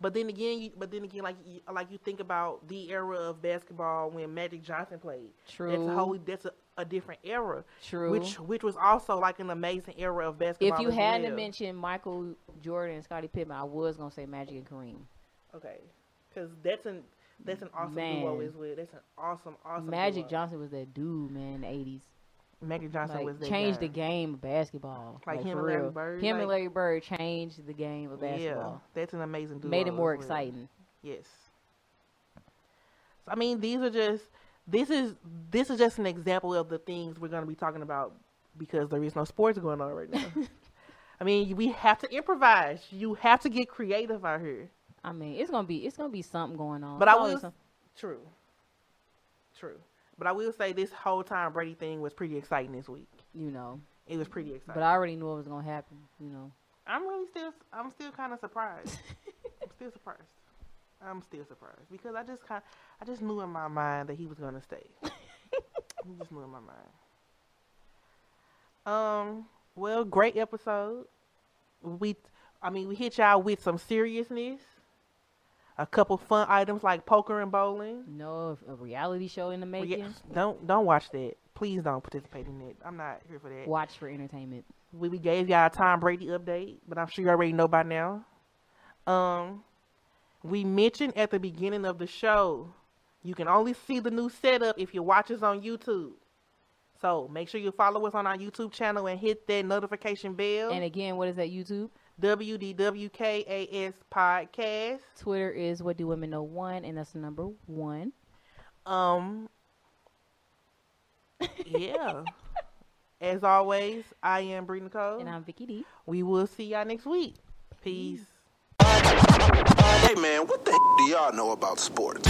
[SPEAKER 2] But then again, you, but then again, like you, like you think about the era of basketball when Magic Johnson played.
[SPEAKER 3] True.
[SPEAKER 2] That's a whole that's a, a different era,
[SPEAKER 3] True.
[SPEAKER 2] which which was also like an amazing era of basketball.
[SPEAKER 3] if you
[SPEAKER 2] as
[SPEAKER 3] hadn't
[SPEAKER 2] well.
[SPEAKER 3] mentioned Michael Jordan and Scottie Pippen, I was gonna say Magic and Kareem.
[SPEAKER 2] okay, because that's an that's an awesome duo
[SPEAKER 3] Man.
[SPEAKER 2] as well. That's an awesome awesome
[SPEAKER 3] Magic
[SPEAKER 2] duo.
[SPEAKER 3] Johnson was that dude, man, in the eighties.
[SPEAKER 2] Magic Johnson
[SPEAKER 3] Like,
[SPEAKER 2] was that
[SPEAKER 3] changed
[SPEAKER 2] guy.
[SPEAKER 3] the game of basketball.
[SPEAKER 2] Like him
[SPEAKER 3] for
[SPEAKER 2] and Larry
[SPEAKER 3] real.
[SPEAKER 2] Bird,
[SPEAKER 3] Him
[SPEAKER 2] like-
[SPEAKER 3] and Larry Bird changed the game of basketball.
[SPEAKER 2] Yeah, that's an amazing duo.
[SPEAKER 3] Made it more
[SPEAKER 2] as well.
[SPEAKER 3] exciting.
[SPEAKER 2] Yes. So I mean, these are just this is this is just an example of the things we're going to be talking about because there is no sports going on
[SPEAKER 3] <laughs>
[SPEAKER 2] right now. I mean, we have to improvise. You have to get creative out here.
[SPEAKER 3] I mean, it's gonna be it's gonna be something going on.
[SPEAKER 2] But
[SPEAKER 3] It's
[SPEAKER 2] I
[SPEAKER 3] always
[SPEAKER 2] will.
[SPEAKER 3] some-
[SPEAKER 2] True. True. But I will say this whole time Brady thing was pretty exciting this week.
[SPEAKER 3] you know.
[SPEAKER 2] It was pretty exciting.
[SPEAKER 3] But I already knew it was gonna happen, you know.
[SPEAKER 2] I'm really still I'm still kind of surprised. I'm still surprised. I'm still surprised because I just kind I just knew in my mind that he was gonna
[SPEAKER 3] <laughs>
[SPEAKER 2] stay. I just knew in my mind. Um. Well, great episode. We, I mean, we hit y'all with some seriousness. A couple fun items like poker and bowling.
[SPEAKER 3] No, if a reality show in the
[SPEAKER 2] Well, yeah,
[SPEAKER 3] making.
[SPEAKER 2] don't don't watch that. Please don't participate in it. I'm not here for that.
[SPEAKER 3] Watch for entertainment.
[SPEAKER 2] We, we gave y'all a Tom Brady update, but I'm sure you already know by now. Um, we mentioned at the beginning of the show, you can only see the new setup if you watch us on YouTube. So make sure you follow us on our YouTube channel and hit that notification bell.
[SPEAKER 3] And again, what is that YouTube?
[SPEAKER 2] WDWKAS podcast.
[SPEAKER 3] Twitter is what do women know one and that's the number one. <laughs>
[SPEAKER 2] Um, yeah. As always, I am Bree Nicole.
[SPEAKER 3] And I'm Vicky D.
[SPEAKER 2] we will see y'all next week. Peace.
[SPEAKER 4] Hey man, what the h- do y'all know about sports?